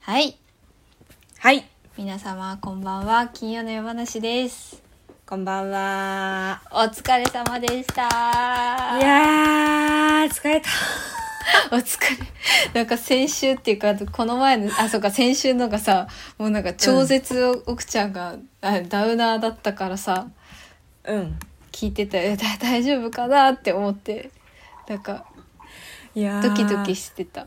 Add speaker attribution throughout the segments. Speaker 1: はい
Speaker 2: はい、
Speaker 1: 皆様こんばんは金曜の夜話です
Speaker 2: こんばんは。
Speaker 1: お疲れ様でした
Speaker 2: いやー、疲れた。
Speaker 1: お疲れなんか先週っていうかあとこの前のあそうか先週のがさもうなんか超絶奥ちゃんが、あダウナーだったからさ
Speaker 2: うん。
Speaker 1: 聞いてたえだ大丈夫かなって思ってなんか
Speaker 2: いや
Speaker 1: ドキドキしてた
Speaker 2: あ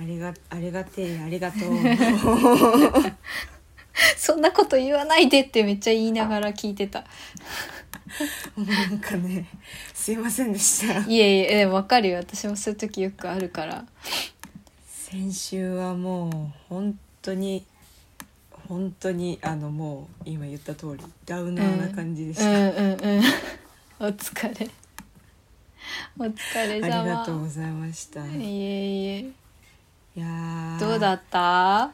Speaker 2: りが、ありがてえ、あり がとう。
Speaker 1: そんなこと言わないでってめっちゃ言いながら聞いてた
Speaker 2: なんかね、すいませんでした。
Speaker 1: いえいえでもわかるよ私もそういう時よくあるから
Speaker 2: 先週はもう、本当に、本当に、あの、もう、今言った通り、ダウナーな感じでし
Speaker 1: う
Speaker 2: た。
Speaker 1: んうんうんお疲れお疲れ
Speaker 2: あり
Speaker 1: 様
Speaker 2: がとうございました。
Speaker 1: い
Speaker 2: い
Speaker 1: えい
Speaker 2: や
Speaker 1: え
Speaker 2: ー
Speaker 1: どうだった
Speaker 2: あ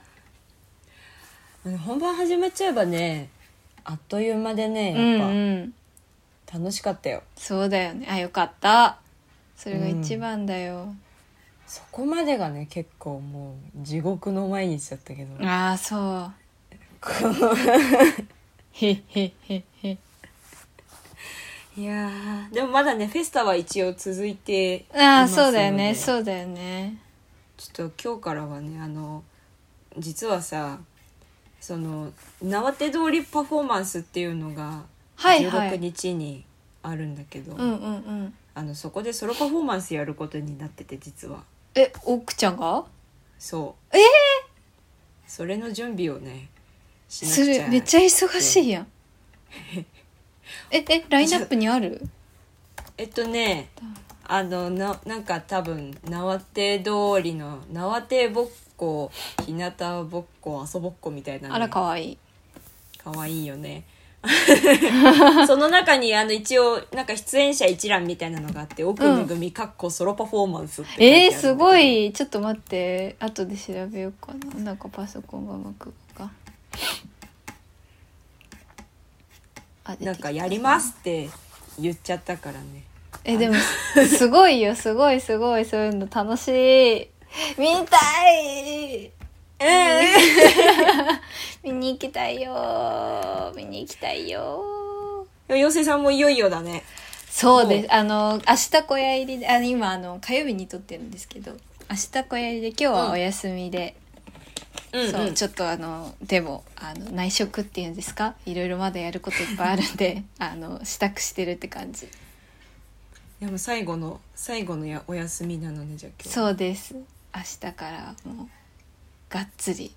Speaker 2: の本番始まっちゃえばね、あっという間でね、
Speaker 1: うん
Speaker 2: やっぱ、
Speaker 1: うん
Speaker 2: 楽しかったよ。
Speaker 1: そうだよねあよかったそれが一番だよ、
Speaker 2: そこまでがね、結構もう、地獄の毎日だったけど。
Speaker 1: ああそう
Speaker 2: こ
Speaker 1: へっへっへっへ
Speaker 2: ういやーでもまだねフェスタは一応続いてい
Speaker 1: ああ
Speaker 2: ますの
Speaker 1: そ
Speaker 2: で
Speaker 1: うだよねそうだよね
Speaker 2: ちょっと今日からはねあの実はさその縄手通りパフォーマンスっていうのが
Speaker 1: はいは
Speaker 2: 16
Speaker 1: い
Speaker 2: 日にあるんだけど、
Speaker 1: うんうんうん
Speaker 2: あのそこでソロパフォーマンスやることになってて実は
Speaker 1: え奥ちゃんが
Speaker 2: そう
Speaker 1: えー
Speaker 2: それの準備をねしな
Speaker 1: そ
Speaker 2: くち
Speaker 1: れ
Speaker 2: ゃ
Speaker 1: めっちゃ忙し いやんええラインナップにある
Speaker 2: えっとねあのななんか多分縄手通りの縄手ぼっこ日向ぼっこ遊ぼっこみたいなの
Speaker 1: あらかわいい
Speaker 2: かわいいよね その中にあの一応なんか出演者一覧みたいなのがあって奥めぐみかっこソロパフォーマンスって書いてある
Speaker 1: えー、
Speaker 2: んだけど
Speaker 1: すごいちょっと待って後で調べようかななんかパソコンがうまく動かあ出てきた
Speaker 2: なんかやりますって言っちゃったからね
Speaker 1: えでもす ごいよすごいすごいそういうの楽しい見たい
Speaker 2: え
Speaker 1: 見に行きたいよ見に行きたいよ
Speaker 2: え妖精さんもいよいよだね
Speaker 1: そうですあの明日小屋入りであの今あの火曜日に撮ってるんですけど明日小屋入りで今日はお休みで、
Speaker 2: うんうん
Speaker 1: そうちょっとあのでもあの内職っていうんですかいろいろまだやることいっぱいあるん であの支度してるって感じ
Speaker 2: でも最後の最後のやお休みなのねじゃあ今日
Speaker 1: そうです明日からもうがっつり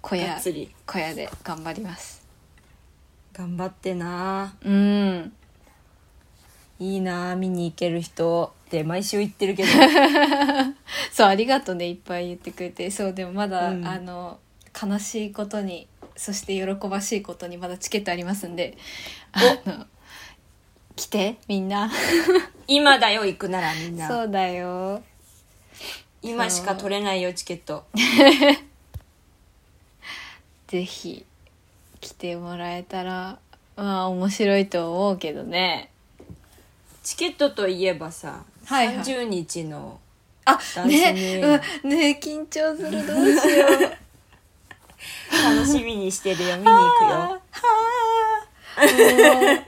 Speaker 1: 小
Speaker 2: が
Speaker 1: 屋
Speaker 2: っつり
Speaker 1: 小屋で頑張ります
Speaker 2: 頑張ってな
Speaker 1: うん
Speaker 2: いいなあ見に行ける人って毎週言っ てるけど
Speaker 1: そうありがとうねいっぱい言ってくれてそうでもまだ、
Speaker 2: うん
Speaker 1: あの悲しいことにそして喜ばしいことにまだチケットありますんであの来てみんな
Speaker 2: 今だよ行くならみん
Speaker 1: そ
Speaker 2: な
Speaker 1: うだよ
Speaker 2: 今しか取れないよチケット
Speaker 1: ぜひ来てもらえたらまあ面白いと思うけどね
Speaker 2: チケットといえばさ、
Speaker 1: はいはい
Speaker 2: 30日の
Speaker 1: あ
Speaker 2: ダンス
Speaker 1: ね
Speaker 2: ね
Speaker 1: うんね緊張するどうしよう
Speaker 2: 楽しみにしてるよ見に行くよ
Speaker 1: はあも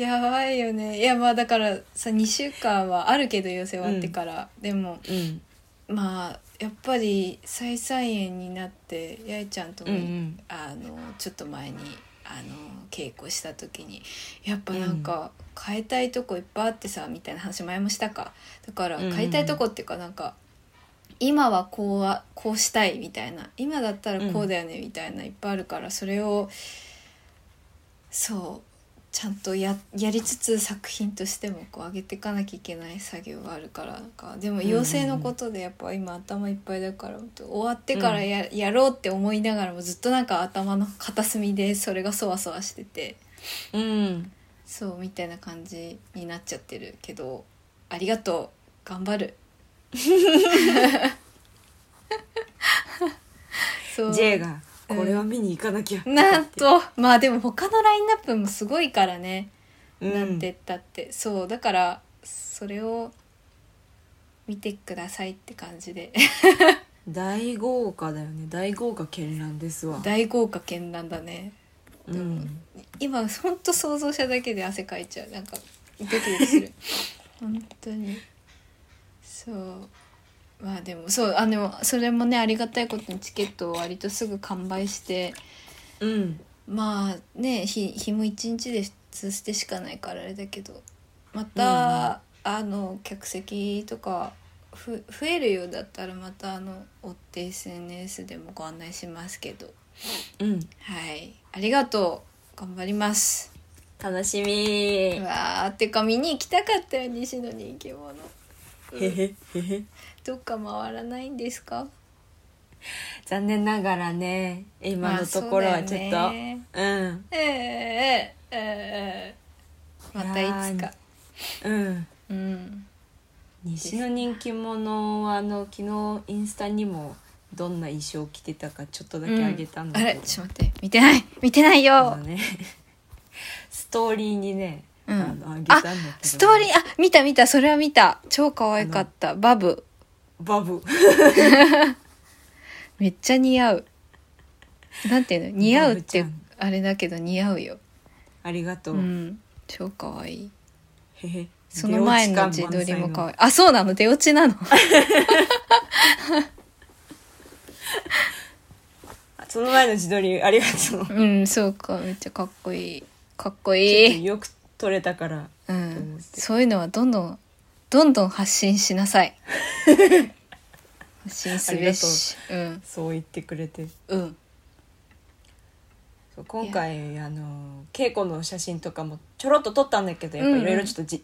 Speaker 1: うやばいよねいやまあだからさ2週間はあるけど寄せ終わってから、でも
Speaker 2: うん
Speaker 1: まあやっぱり再々演になって八重ちゃんとも、
Speaker 2: うんうん
Speaker 1: あのちょっと前にあの稽古した時にやっぱなんか変えたいとこいっぱいあってさみたいな話前もしたかだから
Speaker 2: うんうん
Speaker 1: 変えたいとこっていうかなんか今はこうはこうしたいみたいな今だったらこうだよねみたいないっぱいあるからそれをそうちゃんとややりつつ作品としてもこう上げていかなきゃいけない作業があるからなんかでも
Speaker 2: うんうんうん
Speaker 1: 妖精のことでやっぱ今頭いっぱいだから終わってからや,、やろうって思いながらもずっとなんか頭の片隅でそれがそわそわしてて
Speaker 2: うん
Speaker 1: そうみたいな感じになっちゃってるけどありがとう頑張 るそう
Speaker 2: J が「これは見に行かなきゃ」
Speaker 1: なんとまあでも他のラインナップもすごいからね
Speaker 2: うん
Speaker 1: なんてったってそうだからそれを見てくださいって感じで
Speaker 2: 大豪華だよね大豪華絢爛ですわ
Speaker 1: 大豪華絢爛だね
Speaker 2: うん
Speaker 1: 今ほんと想像しただけで汗かいちゃうなんかドキドキする本当にそうまあでもそうあでもそれもねありがたいことにチケットを割とすぐ完売して
Speaker 2: うん
Speaker 1: まあね日日も一日で通してしかないからあれだけどまた、あの客席とかふ増えるようだったらまたあの追って SNS でもご案内しますけど
Speaker 2: うん
Speaker 1: はいありがとう頑張ります
Speaker 2: 楽しみ
Speaker 1: うわーてか見に行きたかったよ西野に生き物
Speaker 2: へへへへ
Speaker 1: どっか回らないんですか
Speaker 2: 残念ながらね今のところはちょっと、
Speaker 1: まあそうだよね
Speaker 2: うん
Speaker 1: ええええまたいつ
Speaker 2: い
Speaker 1: か
Speaker 2: やうん
Speaker 1: うん
Speaker 2: 西の人気者はあの昨日インスタにもどんな衣装着てたかちょっとだけあげたんだ
Speaker 1: うん、
Speaker 2: け
Speaker 1: あ
Speaker 2: ど
Speaker 1: れ、ちょっと待って見てない見てない
Speaker 2: あ
Speaker 1: よ
Speaker 2: の、ね ストーリーにね、
Speaker 1: うん
Speaker 2: あのあげたんだけど
Speaker 1: ストーリーあ見た見たそれは見た超可愛かったバブ
Speaker 2: バブ
Speaker 1: めっちゃ似合うなんていうの似合うっ
Speaker 2: バ
Speaker 1: て
Speaker 2: ブち
Speaker 1: あれだけど似合うよ
Speaker 2: ありがと
Speaker 1: う
Speaker 2: う、
Speaker 1: ん超可愛い
Speaker 2: へへ
Speaker 1: その前の自撮りも可
Speaker 2: か
Speaker 1: 愛いあそうなの出落ちなの
Speaker 2: その前の自撮りありがと う
Speaker 1: うんそうかめっちゃかっこいいかっこい
Speaker 2: ちょっと
Speaker 1: い
Speaker 2: よく撮れたから
Speaker 1: う
Speaker 2: と思っ
Speaker 1: ん
Speaker 2: て
Speaker 1: そういうのはどんどんどんどん発信しなさ い発信すべしうん
Speaker 2: そう言ってくれて
Speaker 1: うん
Speaker 2: そう今回あの稽古の写真とかもちょろっと撮ったんだけどやっぱいろいろちょっとじ、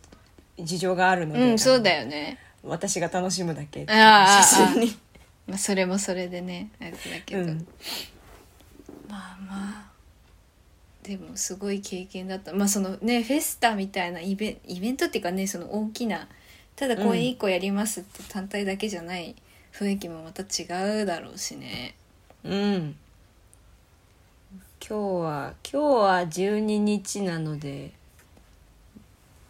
Speaker 2: 事情があるので、
Speaker 1: うんそうだよね
Speaker 2: 私が楽しむだけ
Speaker 1: ああああ
Speaker 2: 写真に
Speaker 1: まあ、それもそれでねあれだけ
Speaker 2: う
Speaker 1: ど、
Speaker 2: ん
Speaker 1: まあまあでもすごい経験だったまあそのねフェスタみたいなイベイベントっていうかねその大きなただ公演1個やりますって単体だけじゃない雰囲気もまた違うだろうしね
Speaker 2: うん今日は今日は12日なので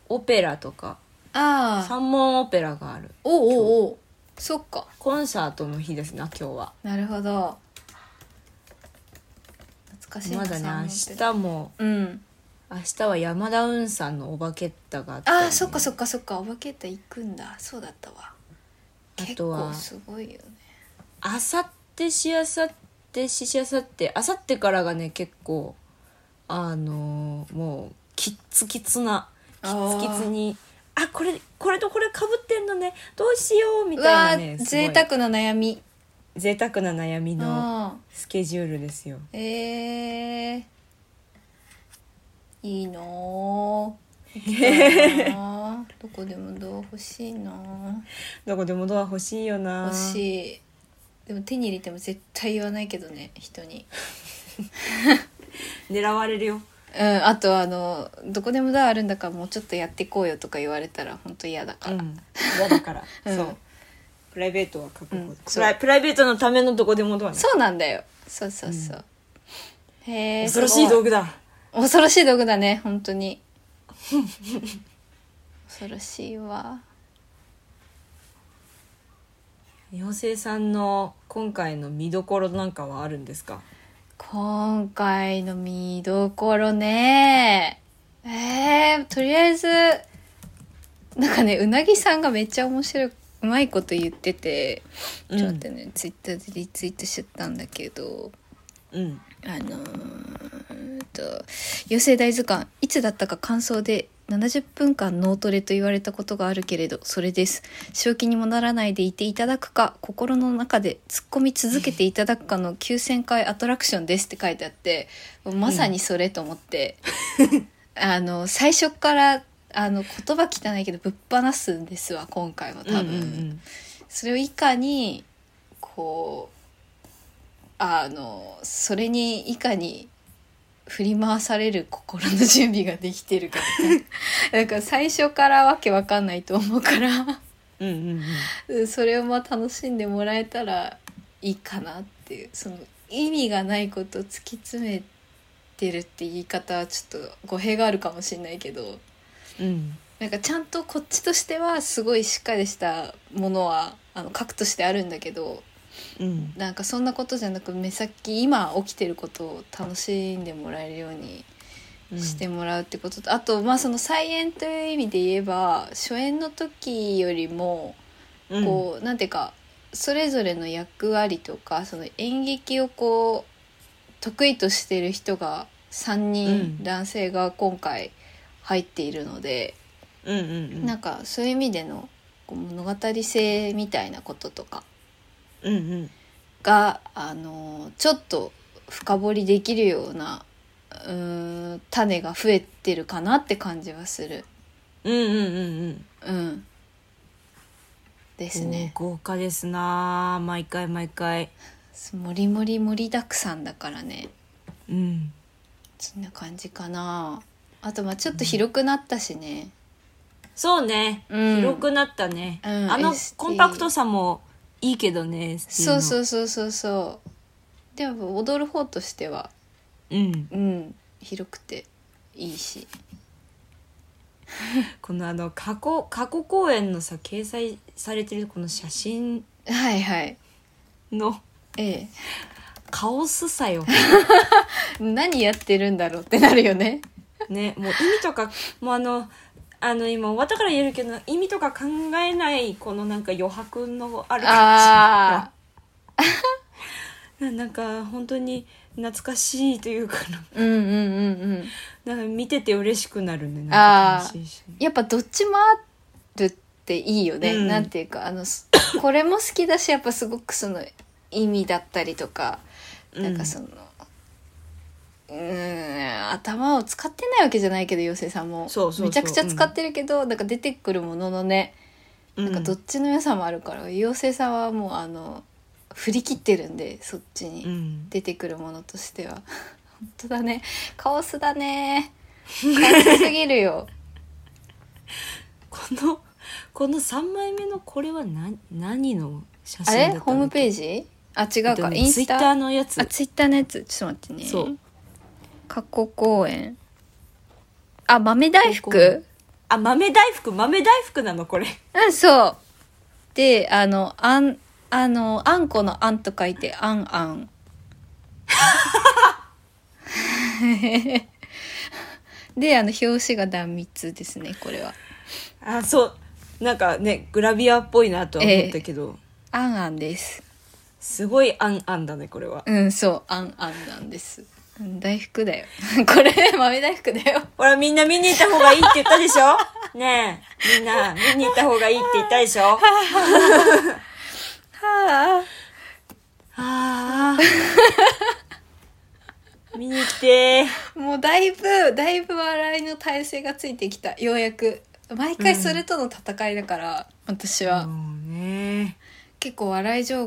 Speaker 2: オペラとか
Speaker 1: ああ
Speaker 2: 三門オペラがある
Speaker 1: おうおうおうそっか
Speaker 2: コンサートの日ですな今日は
Speaker 1: なるほど懐かしいな
Speaker 2: まだ
Speaker 1: 三本
Speaker 2: ね明日も
Speaker 1: うん
Speaker 2: 明日は山田運さんの「おばけった」があって、
Speaker 1: ああそっかそっかそっかお化けって行くんだそうだったわ
Speaker 2: あ
Speaker 1: 結
Speaker 2: とは
Speaker 1: 構すごいよね
Speaker 2: あさってしあさってししあさってあさってからがね結構あのーもうキッツキツなキッツキツにあこれこれとこれかぶってんのねどうしようみ
Speaker 1: う
Speaker 2: た
Speaker 1: わ
Speaker 2: いなね
Speaker 1: ー
Speaker 2: すごい
Speaker 1: 贅沢な悩み
Speaker 2: 贅沢な悩みの
Speaker 1: あ
Speaker 2: スケジュールですよ
Speaker 1: ーえー、いいなー 行きたいなーどこでもドア欲しいなー
Speaker 2: どこでもドア欲しいよな
Speaker 1: 欲しいでも手に入れても絶対言わないけどね人に
Speaker 2: 狙われるよ
Speaker 1: うんあとあのどこでもドアあるんだからもうちょっとやってこうよとか言われたら本当嫌だか
Speaker 2: う
Speaker 1: ら、
Speaker 2: ん嫌だから、
Speaker 1: うん
Speaker 2: そうプライベートは確保、
Speaker 1: うん
Speaker 2: プライプライベートのためのどこでもドアね
Speaker 1: そうなんだよそうそうそう、へえ
Speaker 2: 恐ろしい道具だ
Speaker 1: 恐ろしい道具だね本当に 恐ろしいわ
Speaker 2: 妖精さんの今回の見どころなんかはあるんですか
Speaker 1: 今回の見どころねえー、とりあえずなんかねうなぎさんがめっちゃ面白いうまいこと言っててちょっと待ってね、ツイッターでリツイートしちゃったんだけど
Speaker 2: うん
Speaker 1: あのー、えっと「妖精大図鑑」いつだったか感想で70分間脳トレと言われたことがあるけれどそれです正気にもならないでいていただくか心の中で突っ込み続けていただくかの9,000回アトラクションですって書いてあってまさにそれと思って、あの最初からあの言葉汚いけどぶっ放すんですわ今回は多分。
Speaker 2: うん
Speaker 1: それをいかにこうあのそれにいかに振り回される心の準備ができてるかみたいな だから最初からわけわかんないと思うから
Speaker 2: うんうんうんうん
Speaker 1: うんそれをまあ楽しんでもらえたらいいかなっていうその意味がないことを突き詰めてるって言い方はちょっと語弊があるかもしれないけど。
Speaker 2: うん
Speaker 1: なんかちゃんとこっちとしてはすごいしっかりしたものはあの核としてあるんだけど
Speaker 2: うん
Speaker 1: なんかそんなことじゃなく目先今起きてることを楽しんでもらえるように
Speaker 2: うん
Speaker 1: してもらうってことと、あとまあその再演という意味で言えば初演の時よりも
Speaker 2: うん
Speaker 1: こう、なんていうかそれぞれの役割とかその演劇をこう得意としてる人が3人、
Speaker 2: うん
Speaker 1: 男性が今回入っているので、
Speaker 2: うんうんうん
Speaker 1: なんかそういう意味でのこう物語性みたいなこととか
Speaker 2: うんうん
Speaker 1: が、あのちょっと深掘りできるようなうーん種が増えてるかなって感じはする。
Speaker 2: うんうんうんうん
Speaker 1: うん、ですね。
Speaker 2: お豪華ですなあ毎回毎回
Speaker 1: もりもり盛りだくさんだからね
Speaker 2: うん
Speaker 1: そんな感じかなあとまあちょっと広くなったしね、
Speaker 2: そうね、
Speaker 1: うん
Speaker 2: 広くなったね、
Speaker 1: うん
Speaker 2: あの
Speaker 1: ST
Speaker 2: コンパクトさもいいけどね
Speaker 1: そうそううそうそうそうでも踊る方としては
Speaker 2: うん
Speaker 1: うん広くていいし
Speaker 2: このあの過去過去公演のさ掲載されてるこの写真
Speaker 1: はいはい
Speaker 2: の
Speaker 1: ええ
Speaker 2: カオスさよ
Speaker 1: 何やってるんだろうってなるよね
Speaker 2: ねもう意味とかもうあのあの今終わったから言えるけど意味とか考えないこのなんか余白のある感
Speaker 1: あ
Speaker 2: じななんか本当に懐かしいというかな
Speaker 1: ーうんうんうんうん
Speaker 2: なんか見てて嬉しくなるね
Speaker 1: あ
Speaker 2: な
Speaker 1: ー
Speaker 2: んか楽しいし
Speaker 1: やっぱどっちもあるっていいよね、
Speaker 2: うん
Speaker 1: なんていうかあのす これも好きだしやっぱすごくその意味だったりとか
Speaker 2: うん
Speaker 1: なんかそのうーん頭を使ってないわけじゃないけど妖精さんも
Speaker 2: そうそうそう
Speaker 1: めちゃくちゃ使ってるけど、なんか出てくるもののねなんかどっちの良さもあるから、妖精さんはもうあの振り切ってるんでそっちに。
Speaker 2: うん
Speaker 1: 出てくるものとしては 本当だねカオスだねカオスすぎる よ
Speaker 2: このこの3枚目のこれは何何の写
Speaker 1: あ
Speaker 2: 真だった
Speaker 1: れホームページあ違うか、イン
Speaker 2: ツイ
Speaker 1: ス
Speaker 2: ッタ
Speaker 1: タ
Speaker 2: ーのやつ
Speaker 1: あツイッターのやつちょっと待ってね
Speaker 2: そう
Speaker 1: 過去公演あ豆大
Speaker 2: 過去公
Speaker 1: 福
Speaker 2: 演あ豆大福豆大福なのこれ
Speaker 1: うんそうであのあんあのあんこのあんと書いてあんあん であの表紙が断密ですねこれは
Speaker 2: あそうなんかねグラビアっぽいなとは思ったけど、
Speaker 1: あんあんです
Speaker 2: すごいあんあんだねこれは
Speaker 1: うん、そう、あんあんなんです。うん大福だよ。 これ、豆大福だよ。
Speaker 2: ほらみんな見に行った方がいいって言ったでし ょねえみんな見に行った方がいいって言ったでしょ
Speaker 1: はあ。
Speaker 2: あー見に来て
Speaker 1: もうだいぶ、だいぶ笑いの体勢がついてきた。ようやく。毎回それとの戦いだから、私は、
Speaker 2: もうね
Speaker 1: 結構笑い上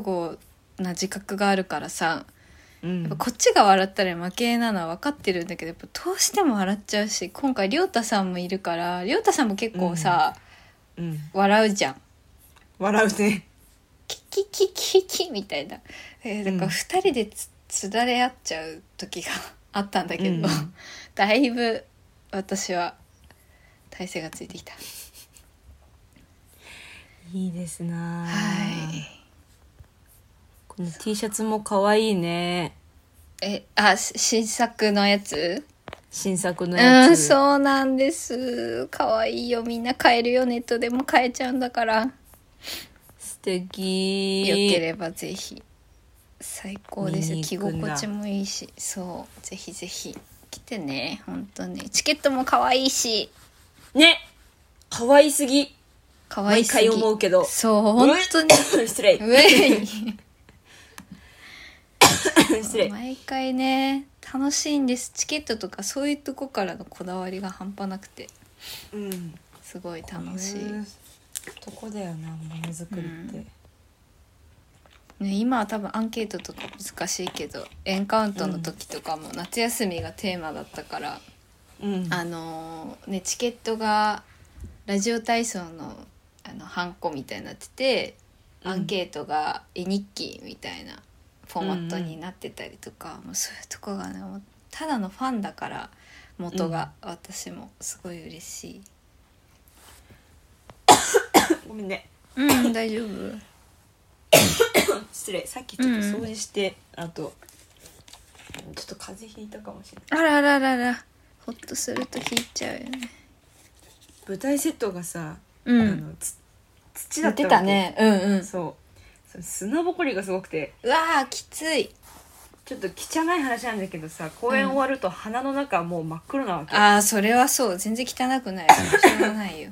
Speaker 1: 手な自覚があるからさ、
Speaker 2: うん
Speaker 1: やっぱこっちが笑ったら負けなのは分かってるんだけどやっぱどうしても笑っちゃうし今回亮太さんもいるから亮太さんも結構さ、
Speaker 2: うん
Speaker 1: 笑うじゃん。
Speaker 2: 笑うね
Speaker 1: キキキキキみたいな、えー、だか
Speaker 2: う
Speaker 1: ら
Speaker 2: ん
Speaker 1: 2人でつつだれ合っちゃう時があったんだけど、
Speaker 2: うん
Speaker 1: だいぶ私は体勢がついてきた
Speaker 2: いいですなあ
Speaker 1: はい
Speaker 2: この T シャツも可愛いね
Speaker 1: えあし新作のやつ
Speaker 2: 新作のやつ
Speaker 1: うんそうなんです可愛いよみんな買えるよネットでも買えちゃうんだからよ
Speaker 2: 素敵
Speaker 1: ければぜひ最高です
Speaker 2: 見に
Speaker 1: 着
Speaker 2: 行くんだ
Speaker 1: 心地もいいしそうぜひぜひ来てね本当にチケットも可愛いし
Speaker 2: ね可愛すぎ
Speaker 1: 可愛
Speaker 2: 毎
Speaker 1: すぎ
Speaker 2: 回思うけど
Speaker 1: そう本当に
Speaker 2: うん 失礼
Speaker 1: うえ い
Speaker 2: 失礼
Speaker 1: 毎回ね楽しいんですチケットとかそういうとこからのこだわりが半端なくて
Speaker 2: うん
Speaker 1: すごい楽しい、
Speaker 2: こううとこだよなものづくりって、
Speaker 1: ね、今は多分アンケートとか難しいけどエンカウントの時とかも夏休みがテーマだったから、
Speaker 2: うん
Speaker 1: あのーねチケットがラジオ体操のあのハンコみたいになってて
Speaker 2: うん
Speaker 1: アンケートが絵日記みたいなフォーマットになってたりとか、もうそういうとこがねもうただのファンだから元が私もすごい嬉しい。
Speaker 2: ごめんね
Speaker 1: うん、大丈夫。
Speaker 2: 失礼さっきちょっと掃除して、あとちょっと風邪ひいたかもしれな い
Speaker 1: あらあらあらあらほっとすると引いちゃうよね
Speaker 2: 舞台セットがさ、
Speaker 1: う
Speaker 2: あ
Speaker 1: ん
Speaker 2: のつ土だ
Speaker 1: 言って
Speaker 2: ったわけ
Speaker 1: たねうんうん
Speaker 2: そうその砂ぼこりがすごくて
Speaker 1: うわーきつい
Speaker 2: ちょっと汚い話なんだけどさ公演終わると鼻の中もう真っ黒なわけ、っ
Speaker 1: ああそれはそう全然汚く ないしょうがないよ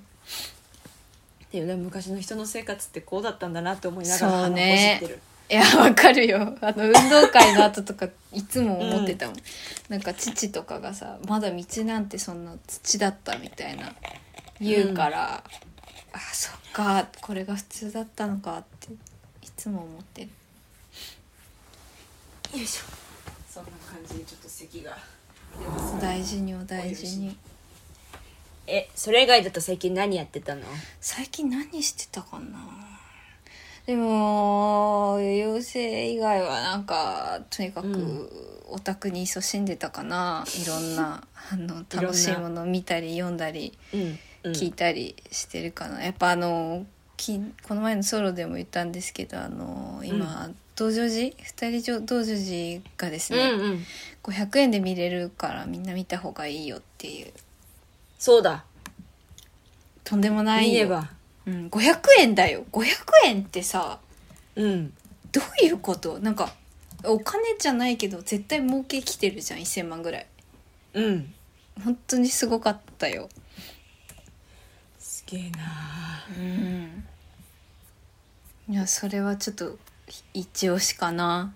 Speaker 2: ていうね昔の人の生活ってこうだったんだなって思いながら
Speaker 1: そう
Speaker 2: 鼻をこ
Speaker 1: ね
Speaker 2: じってる、
Speaker 1: いやわかるよあの運動会の後とかいつも思ってたもん、なんか父とかがさまだ道なんてそんな土だったみたいな言うから、あそっかこれが普通だったのかっていつも思ってる
Speaker 2: よいしょそんな感じでちょっと咳が出ます
Speaker 1: 大事にお大事に
Speaker 2: えそれ以外だと最近何やってたの
Speaker 1: 最近何してたかなでも妖精以外はなんかとにか
Speaker 2: う
Speaker 1: く
Speaker 2: ん
Speaker 1: オタクに勤しんでたかな、いろんなあの
Speaker 2: な
Speaker 1: 楽しいもの見たり読んだり
Speaker 2: うん、
Speaker 1: 聞いたりしてるかな、やっぱあのきこの前のソロでも言ったんですけどあの今、道成寺二人同道成寺がです
Speaker 2: うん
Speaker 1: ね、
Speaker 2: うん
Speaker 1: 500円で見れるからみんな見た方がいいよっていう
Speaker 2: そうだ
Speaker 1: とんでもない
Speaker 2: 見
Speaker 1: よ
Speaker 2: れば
Speaker 1: うん、500円だよ500円ってさ
Speaker 2: うん
Speaker 1: どういうことなんかお金じゃないけど絶対儲けきてるじゃん1,000万ぐらい
Speaker 2: うん
Speaker 1: 本当にすごかったよ
Speaker 2: すげえな
Speaker 1: うんいやそれはちょっと一押しかな、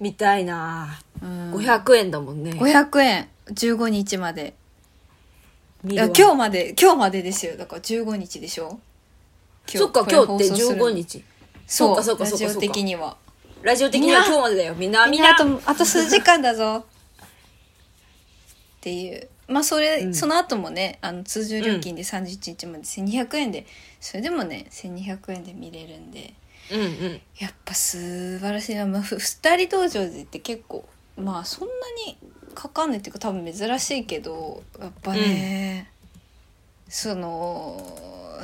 Speaker 2: 見たいな
Speaker 1: うん、
Speaker 2: 500円だもんね
Speaker 1: 500円15日までい
Speaker 2: 見る
Speaker 1: や
Speaker 2: わ
Speaker 1: 今日まで今日までですよだから15日でしょ
Speaker 2: そっか今日って15
Speaker 1: 日
Speaker 2: 日
Speaker 1: そ
Speaker 2: そううかそうか
Speaker 1: ラ
Speaker 2: そうか
Speaker 1: ジ
Speaker 2: そうか
Speaker 1: オ的には
Speaker 2: ラジオ的には
Speaker 1: みんな
Speaker 2: 今日までだよみんなみ
Speaker 1: み
Speaker 2: ん
Speaker 1: んな
Speaker 2: な
Speaker 1: あとあと数時間だぞっていうまあそれ、
Speaker 2: うん
Speaker 1: その後もねあの通常料金で31日まで1200円で、それでもね1200円で見れるんで
Speaker 2: うんうん
Speaker 1: やっぱ素晴らしいな、まあ、ふ二人同場でって結構まあそんなにかかんないっていうか多分珍しいけどやっぱね、その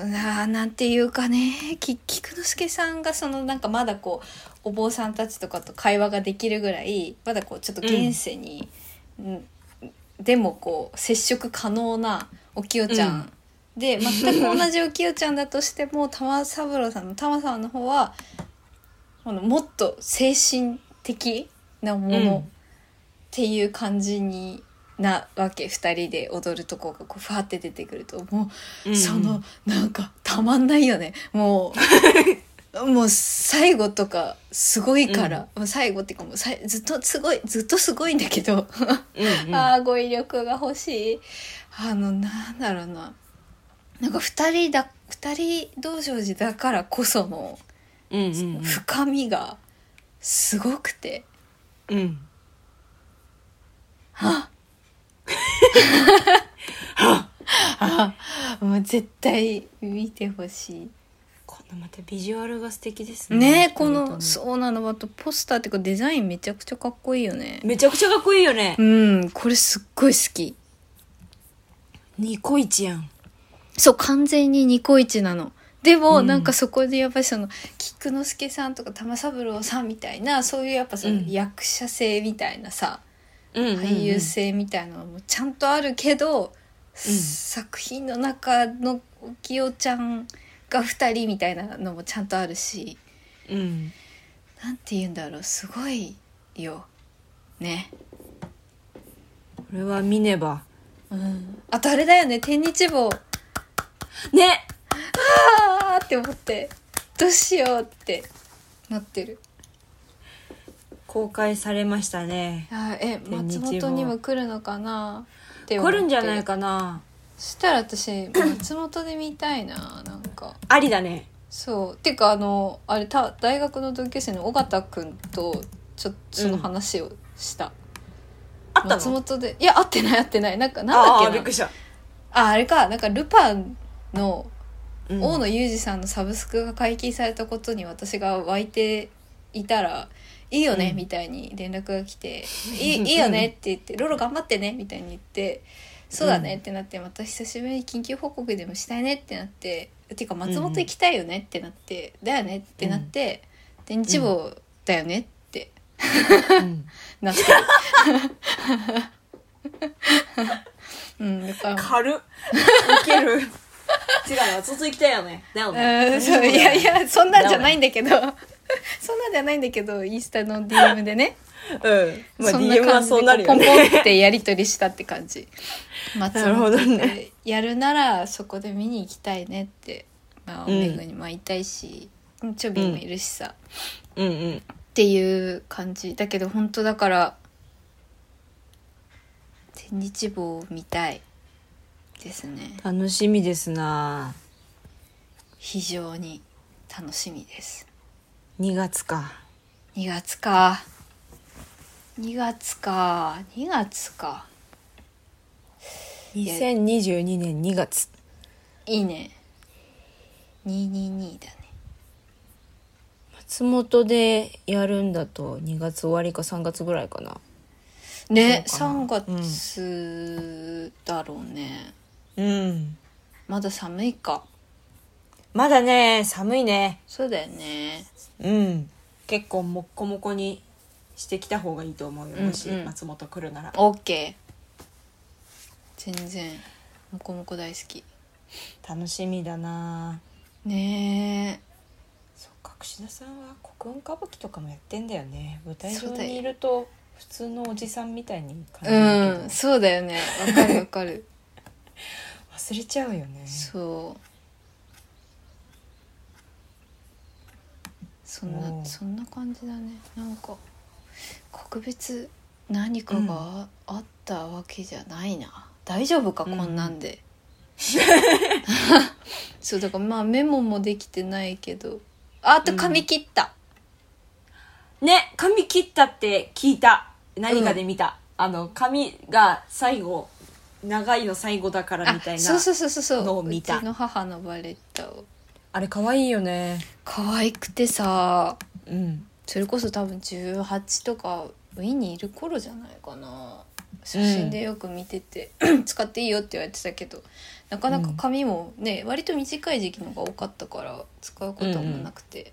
Speaker 1: ななんていうかねき菊之助さんがそのなんかまだこうお坊さんたちとかと会話ができるぐらいまだこうちょっと現世に、んでもこう接触可能なお清ちゃん、で全く同じお清ちゃんだとしても玉三郎さんの玉さんの方はあのもっと精神的なも
Speaker 2: うん
Speaker 1: のっていう感じに、なわけ2人で踊るとこがこうふわって出てくるともう、
Speaker 2: うん
Speaker 1: そのなんかたまんないよねも うもう最後とかすごいから、もう最後っていうかもうさいずっとすごいずっとすごいんだけど。
Speaker 2: うんうん
Speaker 1: ああ語彙力が欲しいあのなんだろうななんか二人だ二人道成寺だからこその
Speaker 2: うんうんうん
Speaker 1: 深みがすごくて、
Speaker 2: うん
Speaker 1: ああもう絶対見てほし
Speaker 2: このまたビジュアルが素敵です
Speaker 1: い
Speaker 2: ね
Speaker 1: ねこの
Speaker 2: 二人とも
Speaker 1: そうなのあとポスターっていうかデザインめちゃくちゃかっこいいよね
Speaker 2: めちゃくちゃかっこいいよね
Speaker 1: うんこれすっごい好き
Speaker 2: ニコイチやん
Speaker 1: そう完全にニコイチなのでも、
Speaker 2: うん
Speaker 1: なんかそこでやっぱりその菊之助さんとか玉三郎さんみたいなそういうやっぱその
Speaker 2: うん
Speaker 1: 役者性みたいなさ、俳
Speaker 2: 俳
Speaker 1: 優性みたいなのもちゃんとあるけど、作品の中のお清ちゃんが2人みたいなのもちゃんとあるし
Speaker 2: うん
Speaker 1: なんて言うんだろうすごいよね。
Speaker 2: これは見ねば
Speaker 1: うん、あとあれだよね天日坊
Speaker 2: ね
Speaker 1: あーって思ってどうしようってなってる。
Speaker 2: 公開されましたね
Speaker 1: あえ
Speaker 2: 天
Speaker 1: 松
Speaker 2: 日
Speaker 1: 本
Speaker 2: も
Speaker 1: にも来るのかなって思っ
Speaker 2: 来
Speaker 1: て
Speaker 2: るんじゃないかな
Speaker 1: そしたら私松本で見たいななんか
Speaker 2: ありだね
Speaker 1: そうてかあのあれた大学の同級生の尾形君とちょっとその話をした、
Speaker 2: あった
Speaker 1: 松
Speaker 2: の
Speaker 1: 本でいや会ってない会ってないなんかなんだ
Speaker 2: あ
Speaker 1: っ
Speaker 2: ー
Speaker 1: け
Speaker 2: びっ
Speaker 1: な
Speaker 2: くりした
Speaker 1: ああれかなんかルパンの
Speaker 2: うん
Speaker 1: 大野裕二さんのサブスクが解禁されたことに私が湧いていたら「いいよね」
Speaker 2: うん
Speaker 1: みたいに連絡が来 て「いいいいよね」って言って「ロロ頑張ってね」みたいに言って「そうだね」ってなってまた久しぶりに緊急報告でもしたいねってなっててか松本行きたいよねってなって「だよね」ってなって、で日曜だよねって
Speaker 2: うん
Speaker 1: なってる。 うん、 だから
Speaker 2: 軽っウケる違うな外行きたいよねだよ
Speaker 1: う
Speaker 2: ね
Speaker 1: んそういやいやそんなんじゃない
Speaker 2: ん
Speaker 1: んだけど そんなんじゃないんだけどインスタの DM でね、
Speaker 2: うんまあ
Speaker 1: そんな
Speaker 2: DM は
Speaker 1: 感じで
Speaker 2: そうなる
Speaker 1: ポ
Speaker 2: よ
Speaker 1: ンポ
Speaker 2: ね
Speaker 1: ンってやり取りしたって感じ松
Speaker 2: なるほどね
Speaker 1: やるならそこで見に行きたいねって、まあ、おめぐにも会いたいし、ちょびもいるしさ、
Speaker 2: うんうん
Speaker 1: っていう感じだけど本当だから天日坊を見たいですね
Speaker 2: 楽しみですな
Speaker 1: 非常に楽しみです
Speaker 2: 2月か
Speaker 1: 2月か2月か2月かや
Speaker 2: 2022年2月
Speaker 1: いいね222だね
Speaker 2: 松本でやるんだと2月終わりか3月ぐらいかな
Speaker 1: ね
Speaker 2: そうか
Speaker 1: 3
Speaker 2: な
Speaker 1: 月だろうね、
Speaker 2: うん
Speaker 1: まだ寒いか
Speaker 2: まだね寒いね
Speaker 1: そうだよね
Speaker 2: うん結構もっこもこにしてきた方がいいと思うよ、
Speaker 1: うんうん
Speaker 2: もし松本来るなら
Speaker 1: OK 全然もこもこ大好き
Speaker 2: 楽しみだな
Speaker 1: ね
Speaker 2: そっか串田さんは国音歌舞伎とかもやってんだよね舞台
Speaker 1: そ
Speaker 2: 上
Speaker 1: うだよ
Speaker 2: にいると普通のおじさんみたいに感
Speaker 1: え
Speaker 2: じるけど、
Speaker 1: うんそうだよねわかるわかる
Speaker 2: 忘れちゃうよね
Speaker 1: そうそん
Speaker 2: お
Speaker 1: な
Speaker 2: う
Speaker 1: そんな感じだねなんか特別何かがああったわけじゃないな、大丈夫か
Speaker 2: うん
Speaker 1: こんなんで、 そうだからまあメモもできてないけどああと髪切った、
Speaker 2: ね髪切ったって聞いた何かで見た、あの髪が最後長いの最後だから
Speaker 1: あ
Speaker 2: みたいな
Speaker 1: そうそうそうそうそ
Speaker 2: のを
Speaker 1: うう
Speaker 2: 見た
Speaker 1: ちの母のバレッタを
Speaker 2: あれ可愛いよね
Speaker 1: 可愛くてさ
Speaker 2: うん
Speaker 1: それこそ多分18とかウィンにいる頃じゃないかな写真でよく見てて、 使っていいよって言われてたけどなかなか髪もね、割と短い時期のが多かったから使うこともなくて、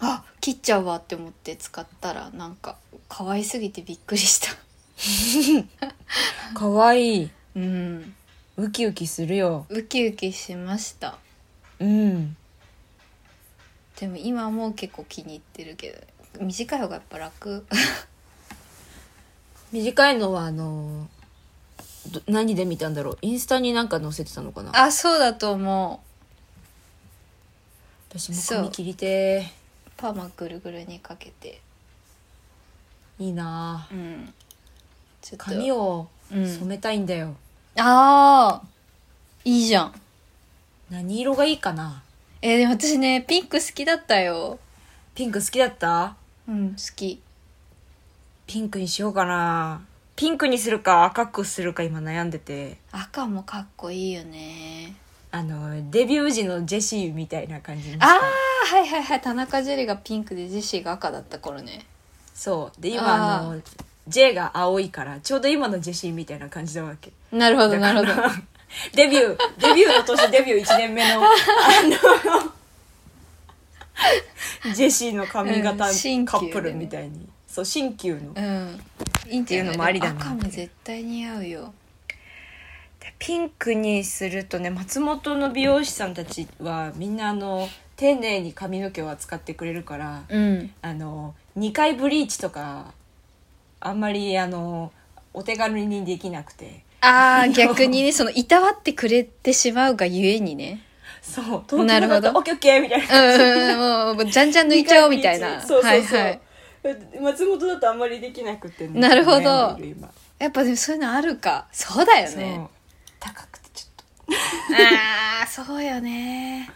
Speaker 1: あ切っちゃうわって思って使ったらなんか可愛すぎてびっくりした
Speaker 2: 可愛い
Speaker 1: うん
Speaker 2: ウキウキするよ
Speaker 1: ウキウキしました
Speaker 2: うん
Speaker 1: でも今はもう結構気に入ってるけど短い方がやっぱ 楽
Speaker 2: 短いのはあのど何で見たんだろうインスタになんか載せてたのかな
Speaker 1: あそうだと思う
Speaker 2: 私も
Speaker 1: そう
Speaker 2: 髪切りて
Speaker 1: パーマぐるぐるにかけて
Speaker 2: ーいいなー
Speaker 1: うんちょっと
Speaker 2: 髪を
Speaker 1: うん
Speaker 2: 染めたいんだよ、
Speaker 1: ああいいじゃん
Speaker 2: 何色がいいかな
Speaker 1: えーでも私ねピンク好きだったよ
Speaker 2: ピンク好きだった
Speaker 1: うん好き
Speaker 2: ピンクにしようかなピンクにするか赤くするか今悩んでて
Speaker 1: 赤もかっこいいよね
Speaker 2: あのデビュー時のジェシーみたいな感じにした
Speaker 1: ああはいはいはい田中樹がピンクでジェシーが赤だった頃ね
Speaker 2: そうで今
Speaker 1: あ
Speaker 2: あ
Speaker 1: ー
Speaker 2: の J が青いからちょうど今のジェシーみたいな感じなわけ
Speaker 1: なるほど
Speaker 2: だか
Speaker 1: なる
Speaker 2: ら
Speaker 1: ほど
Speaker 2: デビューデビューの年デビュー1年目のあのジェシーの髪型、
Speaker 1: うん新旧
Speaker 2: カップルみたいにそう新旧の
Speaker 1: うんいいんじゃない
Speaker 2: っていうのもありだな
Speaker 1: 赤も絶対似合うよ
Speaker 2: ピンクにするとね松本の美容師さんたちはみんなあの丁寧に髪の毛を扱ってくれるから、
Speaker 1: うん
Speaker 2: あの2回ブリーチとかあんまりあのお手軽にできなくて
Speaker 1: ああ逆にねそのいたわってくれてしまうがゆえにね
Speaker 2: そう東京
Speaker 1: なるほ
Speaker 2: だ
Speaker 1: ど
Speaker 2: とオッケーオッケーみたいな
Speaker 1: うんうんうんもうじゃんじゃん抜いちゃおうみたいな
Speaker 2: そうそうそう、
Speaker 1: はいはい
Speaker 2: 松本だとあんまりできなくて、ね
Speaker 1: なるほど
Speaker 2: 悩んでる今
Speaker 1: やっぱでもそういうのあるかそうだよ
Speaker 2: そ
Speaker 1: ね
Speaker 2: う高くてちょっと
Speaker 1: ああそうよね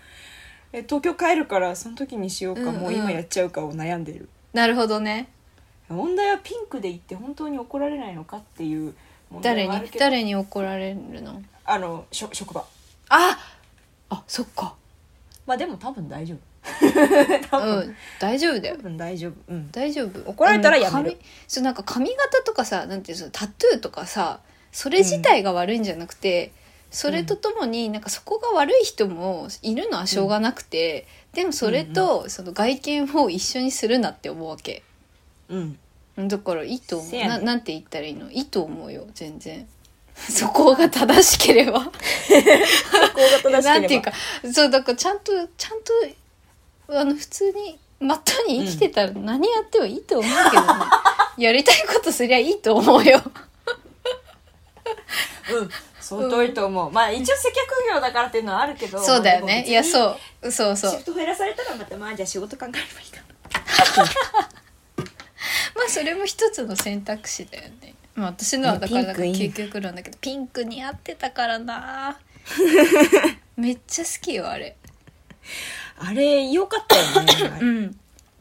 Speaker 2: え東京帰るからその時にしようか、
Speaker 1: うんうん
Speaker 2: もう今やっちゃうかを悩んでる
Speaker 1: なるほどね
Speaker 2: 問題はピンクで行って本当に怒られないのかっていう問
Speaker 1: 誰
Speaker 2: 題はある
Speaker 1: に
Speaker 2: けど
Speaker 1: 誰に怒られるの
Speaker 2: あのしょ職場
Speaker 1: ああそっか
Speaker 2: まあでも多分大丈夫 多分、
Speaker 1: うん大丈夫だよ
Speaker 2: 多分大丈夫うん
Speaker 1: 大丈夫
Speaker 2: 怒られたらやめる
Speaker 1: あの髪そうなんか髪型とかさなんていうのタトゥーとかさそれ自体が悪いんじゃなくて、それとともになんかそこが悪い人もいるのはしょうがなくて、でもそれとその外見を一緒にするなって思うわけ
Speaker 2: うん
Speaker 1: だからいいと思う、
Speaker 2: せやね
Speaker 1: ななんて言ったらいいのいいと思うよ全然 そこが正しければ なんていうかそうだからちゃんとちゃんとあの普通にまっとうに生きてたら何やってもいいと思うけどね、 やりたいことすりゃいいと思うよ
Speaker 2: うん相当いいと思う、まあ一応接客業だからっていうのはあるけど
Speaker 1: そうだよねいや
Speaker 2: う
Speaker 1: そうそうそう
Speaker 2: フト減らされたらまたまあじゃあ仕事考えればいいか
Speaker 1: まあそれも一つの選択肢だよね。まあ私のはだからなんか
Speaker 2: ねピン
Speaker 1: 究
Speaker 2: ク
Speaker 1: 極論だけどピンク似合ってたから な。めっちゃ好きよあれ。
Speaker 2: あれよかったよ
Speaker 1: う
Speaker 2: ね
Speaker 1: ん。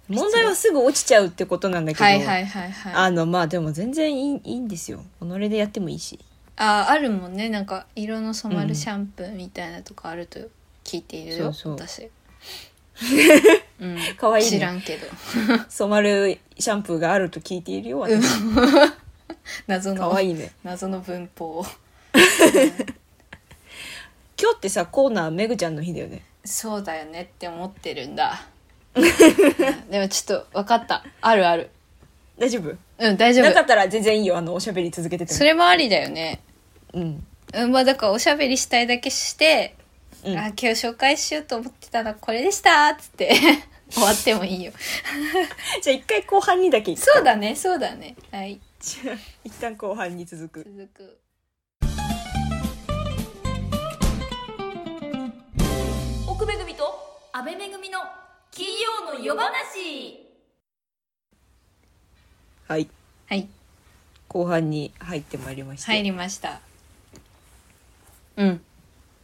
Speaker 2: 問題はすぐ落ちちゃうってことなんだけど、
Speaker 1: はいはいはいはい。あ
Speaker 2: あのまあでも全然いいいいんですよ己でやってもいいし
Speaker 1: ああるもんねなんか色の染まるシャンプーみたいなとかあると聞いているよ、
Speaker 2: そうそう
Speaker 1: 私。うん。
Speaker 2: 可愛いね
Speaker 1: 知らんけど
Speaker 2: 染まるシャンプーがあると聞いているよ
Speaker 1: うん
Speaker 2: 私
Speaker 1: 謎
Speaker 2: 可
Speaker 1: の
Speaker 2: 愛いね
Speaker 1: 謎の文法。
Speaker 2: 今日ってさコーナーめぐちゃんの日だよね
Speaker 1: そうだよねって思ってるん だ。うんでもちょっと分かったあるある。
Speaker 2: 大丈夫
Speaker 1: うん大丈夫
Speaker 2: なか。ったら全然いいよあのおしゃべり続けてても
Speaker 1: それもありだよね。
Speaker 2: うん
Speaker 1: うん、まあだからおしゃべりしたいだけして、
Speaker 2: うん
Speaker 1: あ今日紹介しようと思ってたのはこれでしたっつって 終わってもいいよ。
Speaker 2: じゃあ一回後半にだけ行く
Speaker 1: そうだねそうだね。はい
Speaker 2: じゃあ一旦後半に続く
Speaker 1: 続く。
Speaker 3: 奥めぐみと安倍めぐみの金曜の夜話
Speaker 2: はい
Speaker 1: はい
Speaker 2: 後半に入ってまいりました、
Speaker 1: 入りました。うん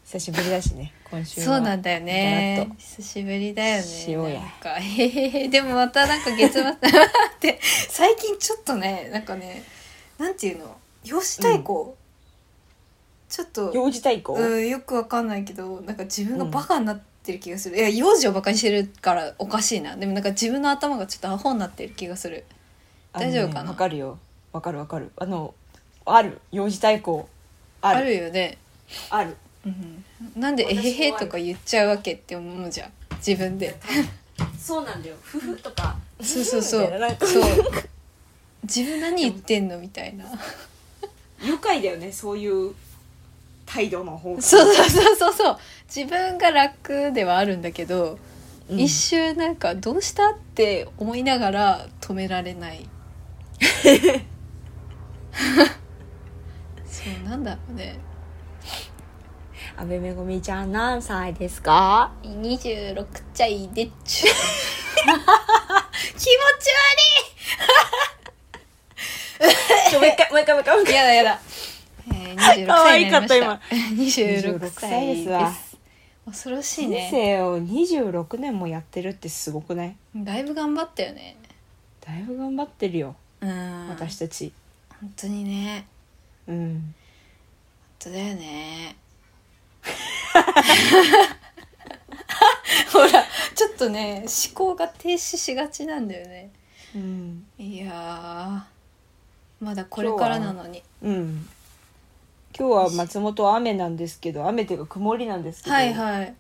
Speaker 2: 久しぶりだしね今週は
Speaker 1: そうなんだよ
Speaker 2: だら
Speaker 1: ね
Speaker 2: っと。
Speaker 1: 久しぶりだよね。
Speaker 2: 塩や
Speaker 1: なんか へへへでもまたなんか月末って最近ちょっとねなんかねなんていうの養子対抗、ちょっと
Speaker 2: 幼児対抗、
Speaker 1: うん、よくわかんないけどなんか自分がバカになってる気がする、いや幼児をバカにしてるからおかしいなでもなんか自分の頭がちょっとアホになってる気がする
Speaker 2: あのね
Speaker 1: 大丈夫かな
Speaker 2: わかるよわかるわかるあのある幼児対抗あ
Speaker 1: あ
Speaker 2: る
Speaker 1: る
Speaker 2: ある
Speaker 1: よね、うん、なんで「え
Speaker 2: 私もある
Speaker 1: へへ」とか言っちゃうわけって思うじゃん自分で
Speaker 2: そうなんだよ夫婦とか
Speaker 1: そうそうそ
Speaker 2: みたいななん
Speaker 1: う
Speaker 2: か
Speaker 1: そう自分何言ってんのみたいな
Speaker 2: 愉快だよねそういう態度の方が
Speaker 1: そうそうそうそうそう自分が楽ではあるんだけど、
Speaker 2: うん
Speaker 1: 一瞬なんか「どうした?」って思いながら止められない そうなんだろうね
Speaker 2: 安倍めぐみちゃん何歳ですか
Speaker 1: 26ちゃいでっちゅ気持ち
Speaker 2: ちょもう一回もう一回もう一回も
Speaker 1: 悪
Speaker 2: う一
Speaker 1: い
Speaker 2: 回
Speaker 1: やだやだ、えー、26
Speaker 2: 可
Speaker 1: 歳
Speaker 2: 愛
Speaker 1: に
Speaker 2: か
Speaker 1: な
Speaker 2: っ
Speaker 1: りましたた
Speaker 2: 今
Speaker 1: 26歳です
Speaker 2: 26歳ですわ
Speaker 1: 恐ろしい
Speaker 2: 人
Speaker 1: ね
Speaker 2: 生を26年もやってるってすごくない
Speaker 1: だいぶ頑張ったよね
Speaker 2: だいぶ頑張ってるよ
Speaker 1: うん
Speaker 2: 私たち
Speaker 1: 本当にね
Speaker 2: うん
Speaker 1: 本当だよね ほらちょっとね思考が停止しがちなんだよね
Speaker 2: うん、
Speaker 1: いやーまだこれからなのに
Speaker 2: うん、今日は松本雨なんですけど雨というか曇りなんですけど、
Speaker 1: はいはい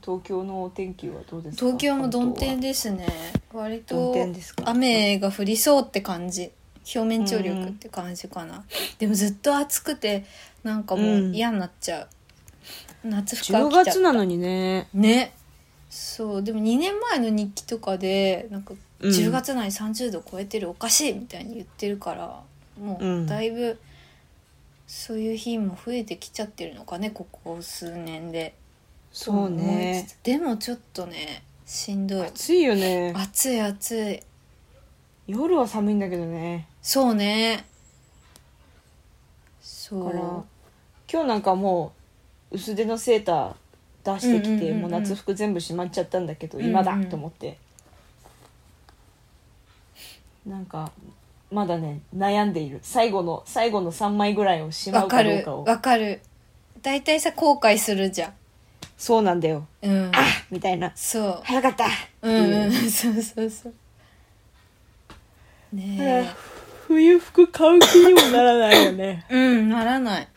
Speaker 2: 東京のお天気はどうですか
Speaker 1: 東京も曇天
Speaker 2: で
Speaker 1: ですね割
Speaker 2: 曇
Speaker 1: と
Speaker 2: 天ですか
Speaker 1: 雨が降りそうって感じ表面張力って感じかな、でもずっと暑くてなんかもう嫌になっちゃう、夏服飽き
Speaker 2: 10
Speaker 1: ちゃった
Speaker 2: 月なのにね
Speaker 1: ねそうでも2年前の日記とかでなんか
Speaker 2: うん
Speaker 1: 10月内30度超えてるおかしいみたいに言ってるからも
Speaker 2: うん
Speaker 1: うだいぶそういう日も増えてきちゃってるのかねここ数年で。
Speaker 2: そう
Speaker 1: と思い
Speaker 2: ね
Speaker 1: つつでもちょっとねしんどい
Speaker 2: 暑いよね
Speaker 1: 暑い暑い
Speaker 2: 夜は寒いんだけどね
Speaker 1: そうね
Speaker 2: だから
Speaker 1: そ
Speaker 2: 今日なんかもう薄手のセーター出してき
Speaker 1: うんうんうん
Speaker 2: て
Speaker 1: うん
Speaker 2: もう夏服全部しまっちゃったんだけど
Speaker 1: うんうん
Speaker 2: 今だと思ってなんかまだね悩んでいる最後の最後の3枚ぐらいをし
Speaker 1: う
Speaker 2: ま
Speaker 1: わ
Speaker 2: う
Speaker 1: か
Speaker 2: かどう
Speaker 1: る
Speaker 2: かを
Speaker 1: わかる大体さ後悔するじゃ
Speaker 2: そうなんだよ
Speaker 1: んうん
Speaker 2: みたいな
Speaker 1: そう
Speaker 2: 早かった
Speaker 1: うん、うん、そうそうそう。ね
Speaker 2: 冬服買う気にもならないよね
Speaker 1: え。うん、ならない。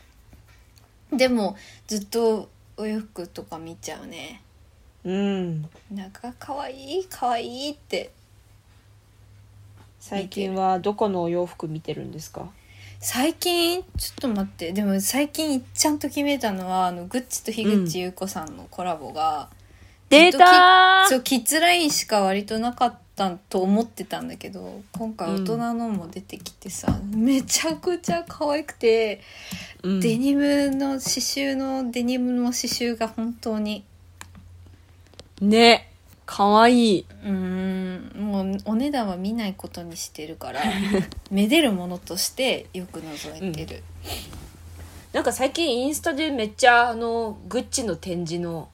Speaker 1: でもずっとお洋服とか見ちゃうね
Speaker 2: うん
Speaker 1: なんか可愛い可愛いって
Speaker 2: 最近はどこのお洋服見てるんですか
Speaker 1: 最近ちょっと待ってでも最近ちゃんと決めたのはあのグッチと樋口優子さんのコラボが、
Speaker 2: 出た
Speaker 1: そうキッズラインしか割となかったと思ってたんだけど今回大人のも出てきてさ、めちゃくちゃ可愛くて、
Speaker 2: うん
Speaker 1: デニムの刺繍のデニムの刺繍が本当に
Speaker 2: ねかわいいう
Speaker 1: ーんもうお値段は見ないことにしてる からめでるものとしてよく覗いてる、
Speaker 2: なんか最近インスタでめっちゃあのグッチの展示の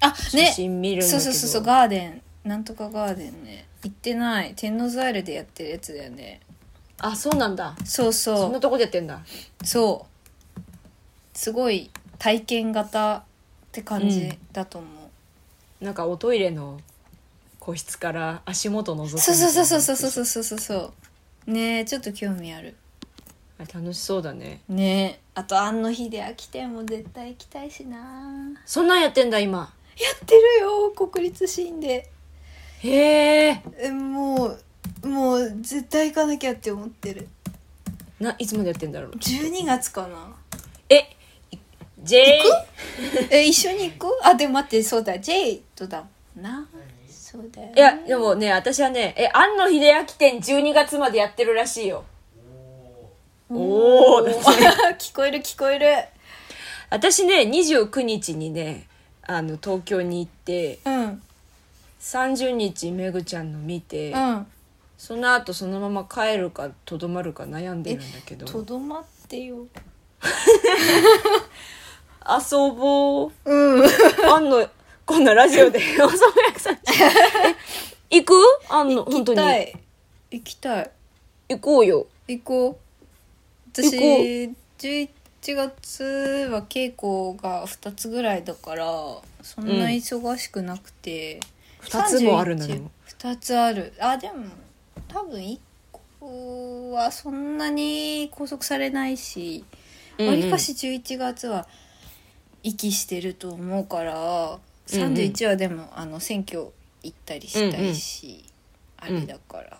Speaker 1: あ
Speaker 2: 写
Speaker 1: ね
Speaker 2: 真見るんだけ
Speaker 1: そ
Speaker 2: ど、
Speaker 1: うそうそうそうガーデンなんとかガーデンね行ってない天王洲アイルでやってるやつだよね
Speaker 2: あそうなんだ
Speaker 1: そうそう
Speaker 2: そんなとこでやってんだ
Speaker 1: そうすごい体験型って感
Speaker 2: うん
Speaker 1: じだと思う、
Speaker 2: なんかおトイレの個室から足元覗くみた
Speaker 1: そ
Speaker 2: いうな
Speaker 1: そうそうそうそうそうそうそうそうねえちょっと興味ある
Speaker 2: あ楽しそうだね
Speaker 1: ねえあとあんの日で秋天も絶対行きたいしな
Speaker 2: そんなんやってんだ今
Speaker 1: やってるよ国立シーンで
Speaker 2: へえ
Speaker 1: えもうもう絶対行かなきゃって思ってる
Speaker 2: ないつまでやってんだろう
Speaker 1: 12月かな
Speaker 2: えい J
Speaker 1: え一緒に行くあでも待ってそうだジェイとだもんなそうだよね
Speaker 2: いやでもね私はねえ庵野秀明店12月までやってるらしいよおおだって
Speaker 1: 聞こえる聞こえる
Speaker 2: 私ね29日にねあの東京に行って
Speaker 1: うん
Speaker 2: 30日めぐちゃんの見て、
Speaker 1: うん
Speaker 2: その後そのまま帰るかとどまるか悩んでるんだけど
Speaker 1: とどまってよ
Speaker 2: 遊ぼう
Speaker 1: うん
Speaker 2: あんの、こんなラ ジオで、おそば屋さん。え行くあんの、本当に。
Speaker 1: 行きたい
Speaker 2: 行こうよ。
Speaker 1: 行こう
Speaker 2: 行こう
Speaker 1: 私11月は稽古が2つぐらいだからそんな忙しくなくて、
Speaker 2: 二つもあるのにも
Speaker 1: 2つあるあでも多分1個はそんなに拘束されないし
Speaker 2: うんうん
Speaker 1: わりかし11月は息してると思うから、
Speaker 2: うんうん
Speaker 1: 31はでもあの選挙行ったりしたいし、
Speaker 2: うんうん
Speaker 1: あれだから、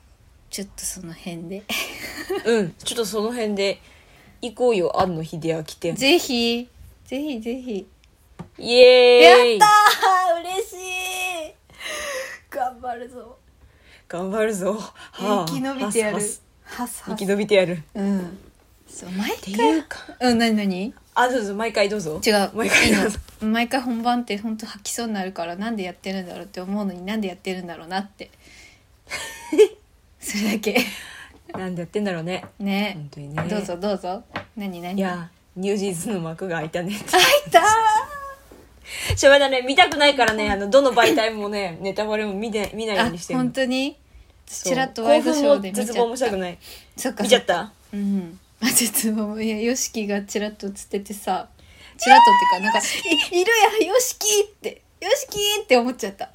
Speaker 1: ちょっとその辺で
Speaker 2: うん。ちょっとその辺で、行こうよ、あんの秀明店。
Speaker 1: ぜひぜひぜひ
Speaker 2: イエーイ
Speaker 1: あー嬉しい頑張るぞ
Speaker 2: 頑張るぞ。はあ
Speaker 1: 生き延びてやる
Speaker 2: はす
Speaker 1: はす
Speaker 2: は
Speaker 1: は
Speaker 2: す生
Speaker 1: す
Speaker 2: き延びてやる。っ
Speaker 1: うんそう毎
Speaker 2: て
Speaker 1: 回
Speaker 2: いうか。
Speaker 1: うん何何
Speaker 2: あ、どうぞ、毎回どうぞ。
Speaker 1: 違う
Speaker 2: 毎回どうぞ。
Speaker 1: いいの毎回本番って本当吐きそうになるからなんでやってるんだろうって思うのになんでやってるんだろうなって それだけ
Speaker 2: なんでやってんだろうね。
Speaker 1: ね
Speaker 2: 本当にね。
Speaker 1: どう。ぞどうぞ何何
Speaker 2: いや、ニュージーズの幕が開いたね。
Speaker 1: 入った
Speaker 2: しょうがないね。見たくないからね、あの、どの媒体もね、 ネタバレも見て見ないようにして
Speaker 1: ーあ本
Speaker 2: るの。
Speaker 1: 当に
Speaker 2: そう
Speaker 1: ちらっとワイドショーで見ちゃった
Speaker 2: 興奮も絶望もしたくない
Speaker 1: そっか
Speaker 2: 見ちゃった
Speaker 1: うんあ絶望もいや y o s がちらっと映っててさちらっとっていうかなんか「いいる や y o s って「よしきって思っちゃった
Speaker 2: い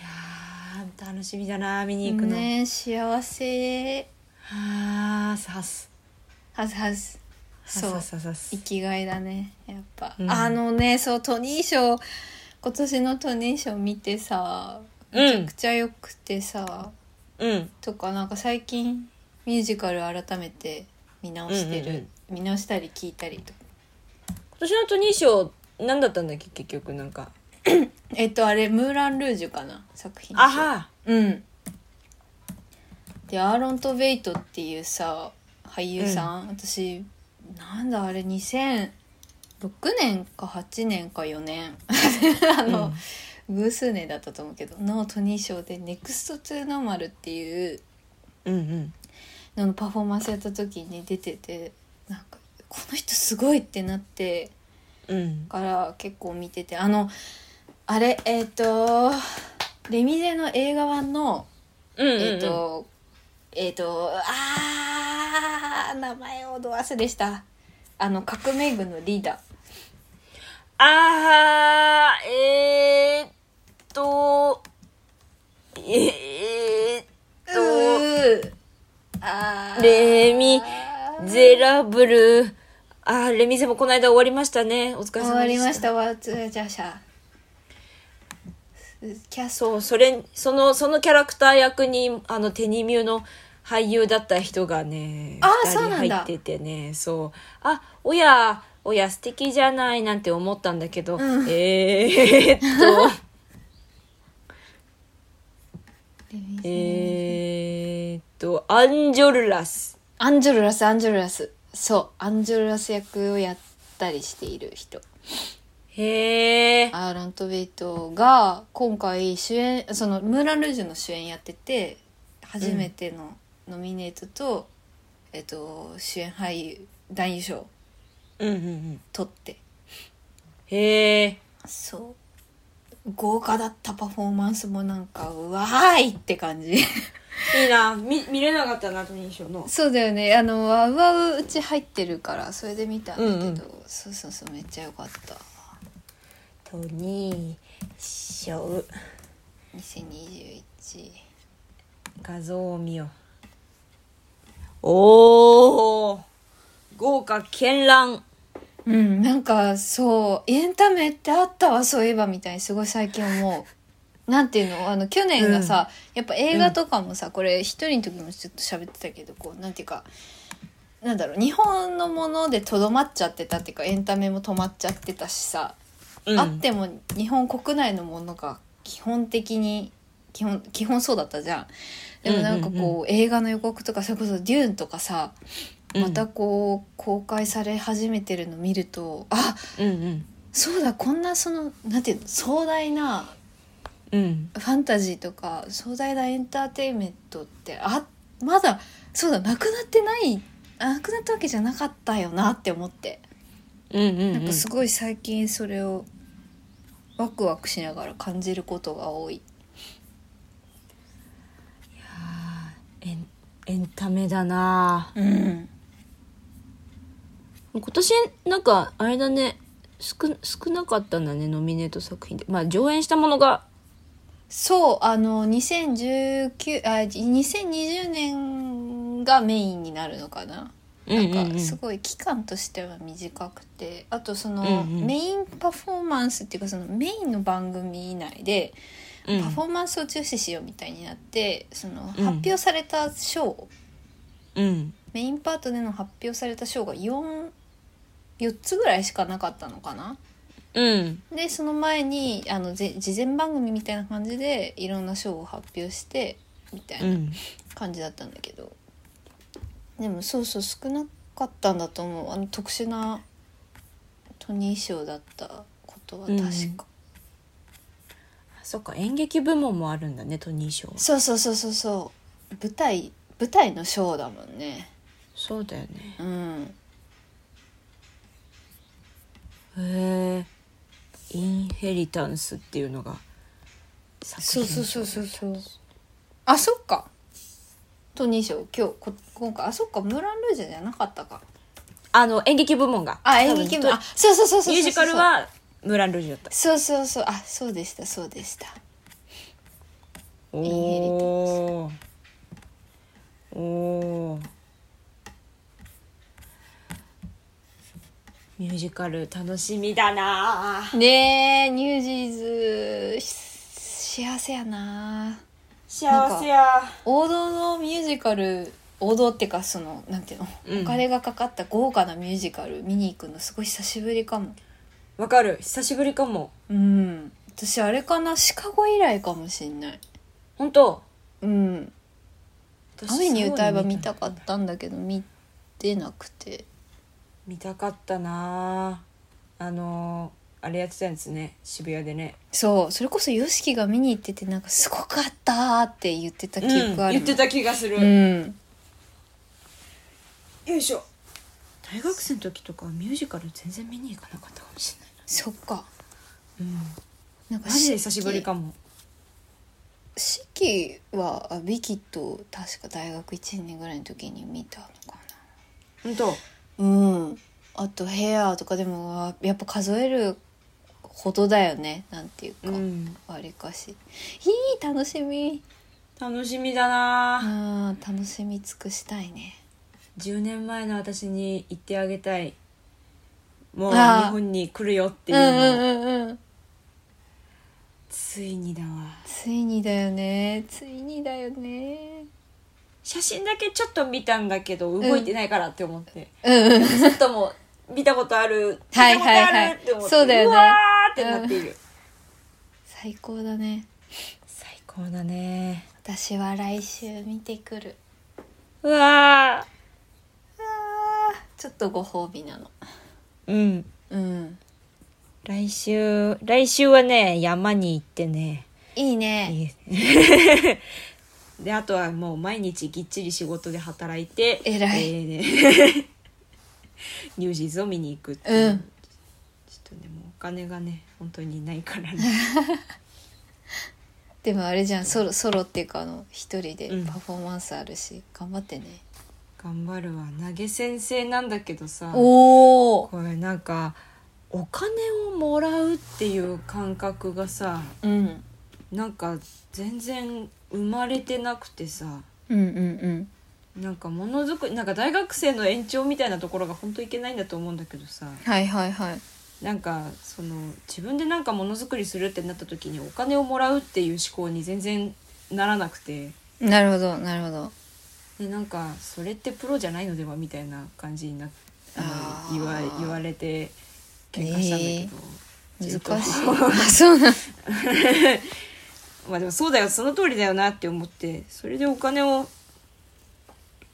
Speaker 2: やー楽しみだな見に行くの、
Speaker 1: ねえ幸せ
Speaker 2: はあさす
Speaker 1: はずはず
Speaker 2: そ
Speaker 1: そうう
Speaker 2: さすさす
Speaker 1: 生きがいだねやっぱ、
Speaker 2: うん
Speaker 1: あのねそうトニー賞今年のトニー賞見てさ
Speaker 2: うん
Speaker 1: めちゃくちゃ良くてさ、
Speaker 2: うん
Speaker 1: とかなんか最近ミュージカル改めて見直してる、
Speaker 2: うんうん
Speaker 1: 見直したり聞いたりとか
Speaker 2: 今年のトニー賞何だったんだっけ結局なんか
Speaker 1: えっとあれムーラン・ルージュかな作品
Speaker 2: あは
Speaker 1: うんでアーロン・トベイトっていうさ俳優さん、私なんだあれ2006年か8年か4年 あの、偶数年だったと思うけどのトニー賞で「ネクスト・ツー・ノーマル」っていう
Speaker 2: うんうん
Speaker 1: ののパフォーマンスやった時に出ててなんかこの人すごいってなって
Speaker 2: うん
Speaker 1: から結構見ててあのあれえっ、とレミゼの映画版の
Speaker 2: うんうんうん
Speaker 1: えっ、と、えっ、とあー名前をど忘れしたあの革命軍のリーダー
Speaker 2: あはえー、っとえー、っ
Speaker 1: うーあ
Speaker 2: とレミ
Speaker 1: ー
Speaker 2: ゼラブルあーレミゼもこの間終わりましたねお疲れ様でした
Speaker 1: 終わりましたわじゃじゃしゃキャス
Speaker 2: そうそれそのそのキャラクター役にあのテニミューの俳優だった人がね
Speaker 1: あー
Speaker 2: 二人
Speaker 1: そうなんだ
Speaker 2: 入っててねそうあおやおや素敵じゃないなんて思ったんだけど、
Speaker 1: うん
Speaker 2: えー、っと
Speaker 1: えー
Speaker 2: えーっとアンジョルラス
Speaker 1: アンジョルラスアンジョルラスそうアンジョルラス役をやったりしている人
Speaker 2: へえ
Speaker 1: アーラント・ベイトが今回主演そのムーラン・ルージュの主演やってて初めてのノミネートと、えっと主演俳優男優賞
Speaker 2: うんうんうん
Speaker 1: 取って
Speaker 2: へえ
Speaker 1: そう豪華だったパフォーマンスもなんかうわーいって感じ
Speaker 2: いいな見見れなかったなトニー賞の
Speaker 1: そうだよねあのワウワウうち入ってるからそれで見たんだけど、
Speaker 2: うんうん
Speaker 1: そうそうそうめっちゃ良かった
Speaker 2: トニー賞
Speaker 1: 2021
Speaker 2: 画像を見ようおお豪華絢爛
Speaker 1: うんなんかそうエンタメってあったわそういえばみたいにすごい最近思うなんていうのあの去年がさ、やっぱ映画とかもさこれ一人の時もちょっと喋ってたけどこうなんていうかなんだろう日本のものでとどまっちゃってたっていうかエンタメも止まっちゃってたしさ、
Speaker 2: うん
Speaker 1: あっても日本国内のものが基本的に基本基本そうだったじゃんでもなんかこう,、
Speaker 2: うんうん
Speaker 1: 映画の予告とかそれこそ「デューン」とかさ
Speaker 2: うん
Speaker 1: またこう公開され始めてるの見るとあ
Speaker 2: うんうん
Speaker 1: そうだこんなそのなんていうの壮大な
Speaker 2: うん
Speaker 1: ファンタジーとか壮大なエンターテインメントってあまだそうだなくなってないなくなったわけじゃなかったよなって思って
Speaker 2: うんうん
Speaker 1: なんかすごい最近それをワクワクしながら感じることが多い
Speaker 2: あーエンエンタメだな
Speaker 1: うん
Speaker 2: 今年なんかあれだね少少なかったんだねノミネート作品でまあ上演したものが
Speaker 1: そうあの2019あ2020年がメインになるのかな
Speaker 2: なん
Speaker 1: なんかすごい期間としては短くてあとその
Speaker 2: うんうん
Speaker 1: メインパフォーマンスっていうかそのメインの番組内で
Speaker 2: うん
Speaker 1: パフォーマンスを重視しようみたいになってその発
Speaker 2: うん
Speaker 1: 表された賞
Speaker 2: うん
Speaker 1: メインパートでの発表された賞が44つぐらいしかなかったのかな
Speaker 2: うん
Speaker 1: でその前にあのぜ事前番組みたいな感じでいろんな賞を発表してみたいな
Speaker 2: うん
Speaker 1: 感じだったんだけどでもそうそう少なかったんだと思うあの特殊なトニー賞だったことは確か、
Speaker 2: そっか演劇部門もあるんだねトニー賞
Speaker 1: そうそうそうそうそう舞台舞台の賞だもんね
Speaker 2: そうだよね
Speaker 1: うん
Speaker 2: へえインヘリタンスっていうのが作
Speaker 1: そ
Speaker 2: 品
Speaker 1: うそうそうそうそうあそっかトニー賞今日こ今回あそっかムーラン・ルージュじゃなかったか
Speaker 2: あの演劇部門が
Speaker 1: あ演劇部あそうそうそうそうそうそう
Speaker 2: ミュージカルはムーラン・ルージュだった
Speaker 1: そうそうそうあそうでしたそうでした
Speaker 2: おーおーミュージカル楽しみだなあ
Speaker 1: ねえニュージーズし幸せやな
Speaker 2: 幸せや
Speaker 1: 王道のミュージカル王道ってかそのなんていうの、
Speaker 2: うん
Speaker 1: お金がかかった豪華なミュージカル見に行くのすごい久しぶりかも
Speaker 2: わかる久しぶりかも
Speaker 1: うん私あれかなシカゴ以来かもしんない
Speaker 2: 本当
Speaker 1: うん「雨に歌えば」見たか
Speaker 2: か
Speaker 1: ったんだけど見てなくて
Speaker 2: 見たかったなああのーあれやってたんですね渋谷でね
Speaker 1: そうそれこそ YOSHIKI が見に行っててなんか「すごかった」って言ってた記憶ある
Speaker 2: 言ってた気がする、
Speaker 1: うん
Speaker 2: よいしょ大学生の時とかミュージカル全然見に行かなかったかもしれ
Speaker 1: そっか
Speaker 2: ない
Speaker 1: な
Speaker 2: な、
Speaker 1: んか
Speaker 2: マジで久しぶりかも
Speaker 1: 四季はあビキッドを確か大学1年ぐらいの時に見たのか
Speaker 2: 本当
Speaker 1: なうんあとヘアーとかでもあやっぱ数えるほどだよねなんていうか、
Speaker 2: うん
Speaker 1: わりかしいい楽しみ
Speaker 2: 楽しみだな
Speaker 1: あー楽しみ尽くしたいね
Speaker 2: 10年前の私に言ってあげたいもう日
Speaker 1: あー
Speaker 2: 本に来るよっていううのを、
Speaker 1: んうんうんうん
Speaker 2: ついにだわ
Speaker 1: ついにだよねついにだよね
Speaker 2: 写真だけちょっと見たんだけど動いてないからって思って、
Speaker 1: うんうん
Speaker 2: ちょっともう見たことある見
Speaker 1: は
Speaker 2: た
Speaker 1: い
Speaker 2: こと
Speaker 1: はいはい
Speaker 2: あるって思って、
Speaker 1: そうだよね
Speaker 2: うわーってなっている、
Speaker 1: 最高だね
Speaker 2: 最高だね
Speaker 1: 私は来週見てくる
Speaker 2: うわ
Speaker 1: ちょっとご褒美なの
Speaker 2: ーう
Speaker 1: う
Speaker 2: ん
Speaker 1: ん
Speaker 2: 来週来週はね山に行ってね
Speaker 1: いいね
Speaker 2: いいであとはもう毎日ぎっちり仕事で働いて
Speaker 1: 偉い
Speaker 2: えーね ニュージーズを見に行くっていう、
Speaker 1: うん
Speaker 2: ちょっとねもうお金がね本当にないからね
Speaker 1: でもあれじゃんソロソロっていうかあの一人で
Speaker 2: うん
Speaker 1: パフォーマンスあるし、頑張ってね
Speaker 2: 頑張るわ投げ先生なんだけどさ
Speaker 1: おお
Speaker 2: これなんかお金をもらうっていう感覚がさ
Speaker 1: うん
Speaker 2: なんか全然生まれてなくてさ
Speaker 1: うんうん
Speaker 2: なんかものづくりなんか大学生の延長みたいなところが本当いけないんだと思うんだけどさ
Speaker 1: はいはいはい
Speaker 2: なんかその自分でなんかものづくりするってなった時にお金をもらうっていう思考に全然ならなくて
Speaker 1: なるほどなるほど
Speaker 2: でなんかそれってプロじゃないのではみたいな感じになあ
Speaker 1: あー
Speaker 2: の言わ言われて喧嘩したんだけど。
Speaker 1: 難し
Speaker 2: ち
Speaker 1: い
Speaker 2: ょっと
Speaker 1: あ そうなん
Speaker 2: まあでもそうだよその通りだよなって思ってそれでお金を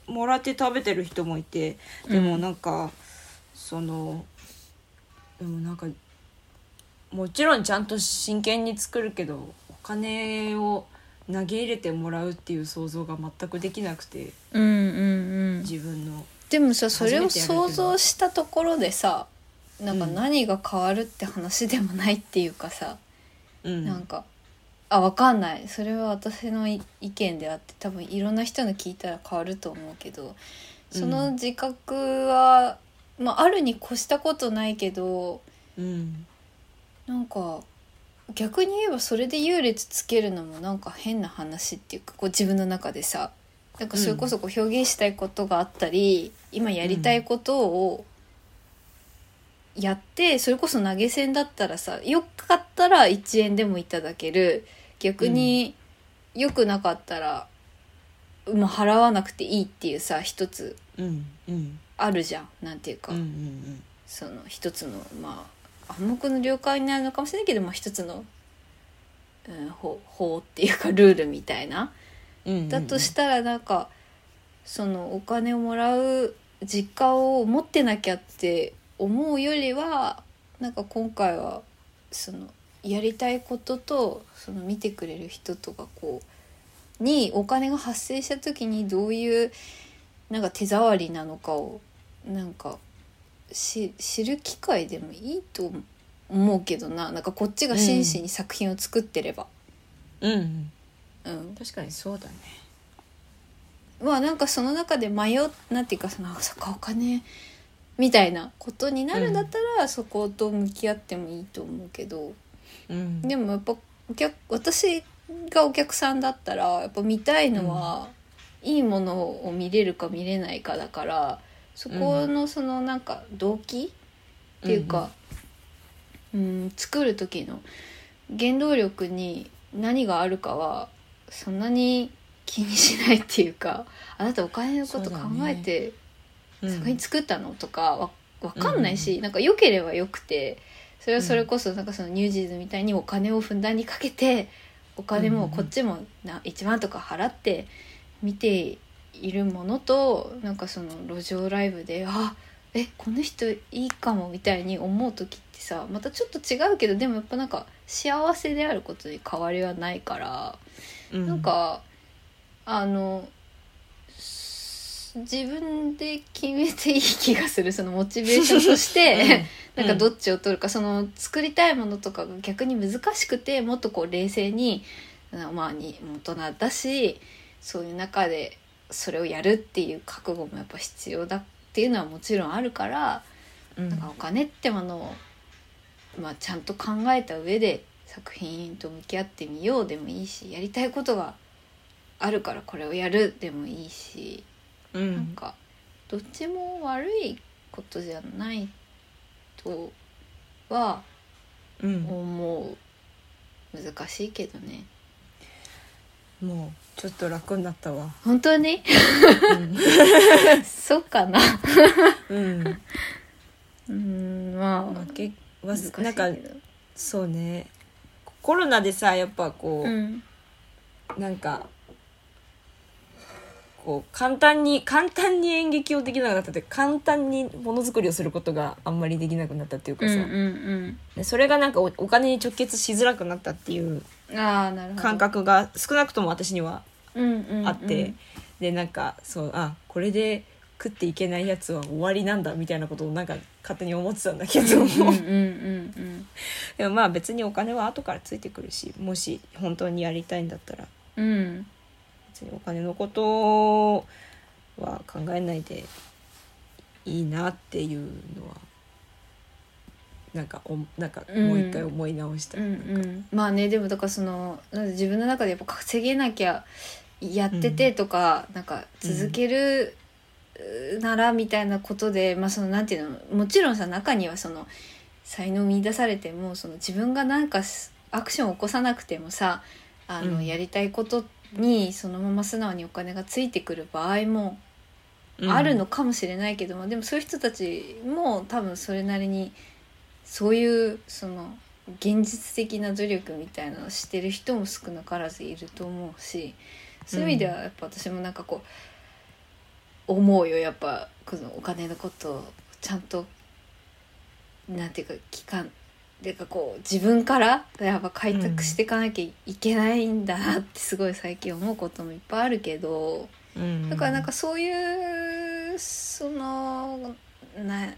Speaker 2: もらって食べてる人もいてでもなんか、そのでもなんかもちろんちゃんと真剣に作るけどお金を投げ入れてもらうっていう想像が全くできなくて
Speaker 1: うんうんうん
Speaker 2: 自分の
Speaker 1: でもさそれを
Speaker 2: 初めてやるけど
Speaker 1: 想像したところでさなんか
Speaker 2: うん
Speaker 1: 何が変わるって話でもないっていうかさ、
Speaker 2: うん
Speaker 1: なんかあわかんないそれは私のい意見であって多分いろんな人の聞いたら変わると思うけどその自覚は、まあ、あるに越したことないけど
Speaker 2: うん
Speaker 1: なんか逆に言えばそれで優劣つけるのもなんか変な話っていうかこう自分の中でさなんかそれこそこう表現したいことがあったり、今やりたいことをやってそれこそ投げ銭だったらさよかったら1円でもいただける逆に良くなかったら、もう払わなくていいっていうさ一つ
Speaker 2: うんうん
Speaker 1: あるじゃんなんていうか。
Speaker 2: うんうん
Speaker 1: その一つのまあ暗黙の了解になるのかもしれないけど、まあ、一つの、うん、法法っていうかルールみたいな
Speaker 2: うんうん
Speaker 1: だとしたらなんかそのお金をもらう実家を持ってなきゃって思うよりはなんか今回はそのやりたいこととその見てくれる人とかこうにお金が発生した時にどういうなんか手触りなのかをなんかし知る機会でもいいと思うけどななんかこっちが真摯に作品を作ってれば。
Speaker 2: うんうん
Speaker 1: うん、
Speaker 2: 確かにそうだね
Speaker 1: まあなんかその中で迷うなんていうかそのあそっかお金みたいなことになるんだったら、そこと向き合ってもいいと思うけど
Speaker 2: うん
Speaker 1: でもやっぱお客私がお客さんだったらやっぱ見たいのは、いいものを見れるか見れないかだからそこのそのなんか動機、っていうか、うん作る時の原動力に何があるかはそんなに気にしないっていうかあなたお金のこと考えて
Speaker 2: うん
Speaker 1: 作品作ったの、とかわわかんないし、なんか良ければ良くてそれはそれこそなんかそのニュージーズみたいにお金をふんだんにかけてお金
Speaker 2: う
Speaker 1: も
Speaker 2: んうん
Speaker 1: こっちもな1万とか払って見ているものとなんかその路上ライブであえこの人いいかもみたいに思う時ってさまたちょっと違うけどでもやっぱなんか幸せであることに変わりはないから。
Speaker 2: う
Speaker 1: なんかあのす自分で決めていい気がするそのモチベーショ ンとして、
Speaker 2: う
Speaker 1: な
Speaker 2: ん
Speaker 1: んかどっちを取るかその作りたいものとかが逆に難しくてもっとこう冷静になまあに大人だしそういう中でそれをやるっていう覚悟もやっぱ必要だっていうのはもちろんあるから、
Speaker 2: うん
Speaker 1: なんかお金ってものを、まあ、ちゃんと考えた上で作品と向き合ってみようでもいいしやりたいことがあるからこれをやるでもいいし、
Speaker 2: うん
Speaker 1: なんかどっちも悪いことじゃないとは
Speaker 2: うん
Speaker 1: 思う難しいけどね
Speaker 2: もうちょっと楽になったわ
Speaker 1: 本当に そうかな
Speaker 2: うん、ま
Speaker 1: うーんま
Speaker 2: あ
Speaker 1: あ、
Speaker 2: けわ
Speaker 1: 難
Speaker 2: す
Speaker 1: しいけ
Speaker 2: なんか
Speaker 1: ど
Speaker 2: そうねコロナでさやっぱこ
Speaker 1: う
Speaker 2: う、
Speaker 1: ん
Speaker 2: なんかこう簡単に簡単に演劇をできなくなったって簡単にものづくりをすることがあんまりできなくなったっていう
Speaker 1: う
Speaker 2: か
Speaker 1: ん
Speaker 2: さ、
Speaker 1: うん
Speaker 2: でそれがなんかおお金に直結しづらくなったっていう
Speaker 1: うんああなるほど
Speaker 2: 感覚が少なくとも私には
Speaker 1: うんうんうん
Speaker 2: あって、でなんかそうあこれで食っていけないやつは終わりなんだみたいなことをなんか勝手に思ってたんだけ
Speaker 1: うん
Speaker 2: ど、
Speaker 1: うんうんうん
Speaker 2: でもまあ別にお金は後からついてくるしもし本当にやりたいんだったら
Speaker 1: うんうん
Speaker 2: 別にお金のことは考えないでいいなっていうのはなんかおなんかもう一回思い直した、
Speaker 1: うんうんまあねでもだからそのなんか自分の中でやっぱ稼げなきゃやっててとか、なんか続けるならみたいなことで、まあそのなんていうのもちろんさ中にはその才能見出されてもその自分がなんかすアクションを起こさなくてもさあの、
Speaker 2: うん
Speaker 1: やりたいことにそのまま素直にお金がついてくる場合も
Speaker 2: うん
Speaker 1: あるのかもしれないけども、でもそういう人たちも多分それなりにそういうその現実的な努力みたいなのをしてる人も少なからずいると思うしそういう意味ではやっぱ私もなんかこう思うよやっぱこのお金のことをちゃんとなんていうか期間ていうかこう自分からやっぱ開拓していかなきゃいけないんだなってすごい最近思うこともいっぱいあるけど。だからなんかそういうそのな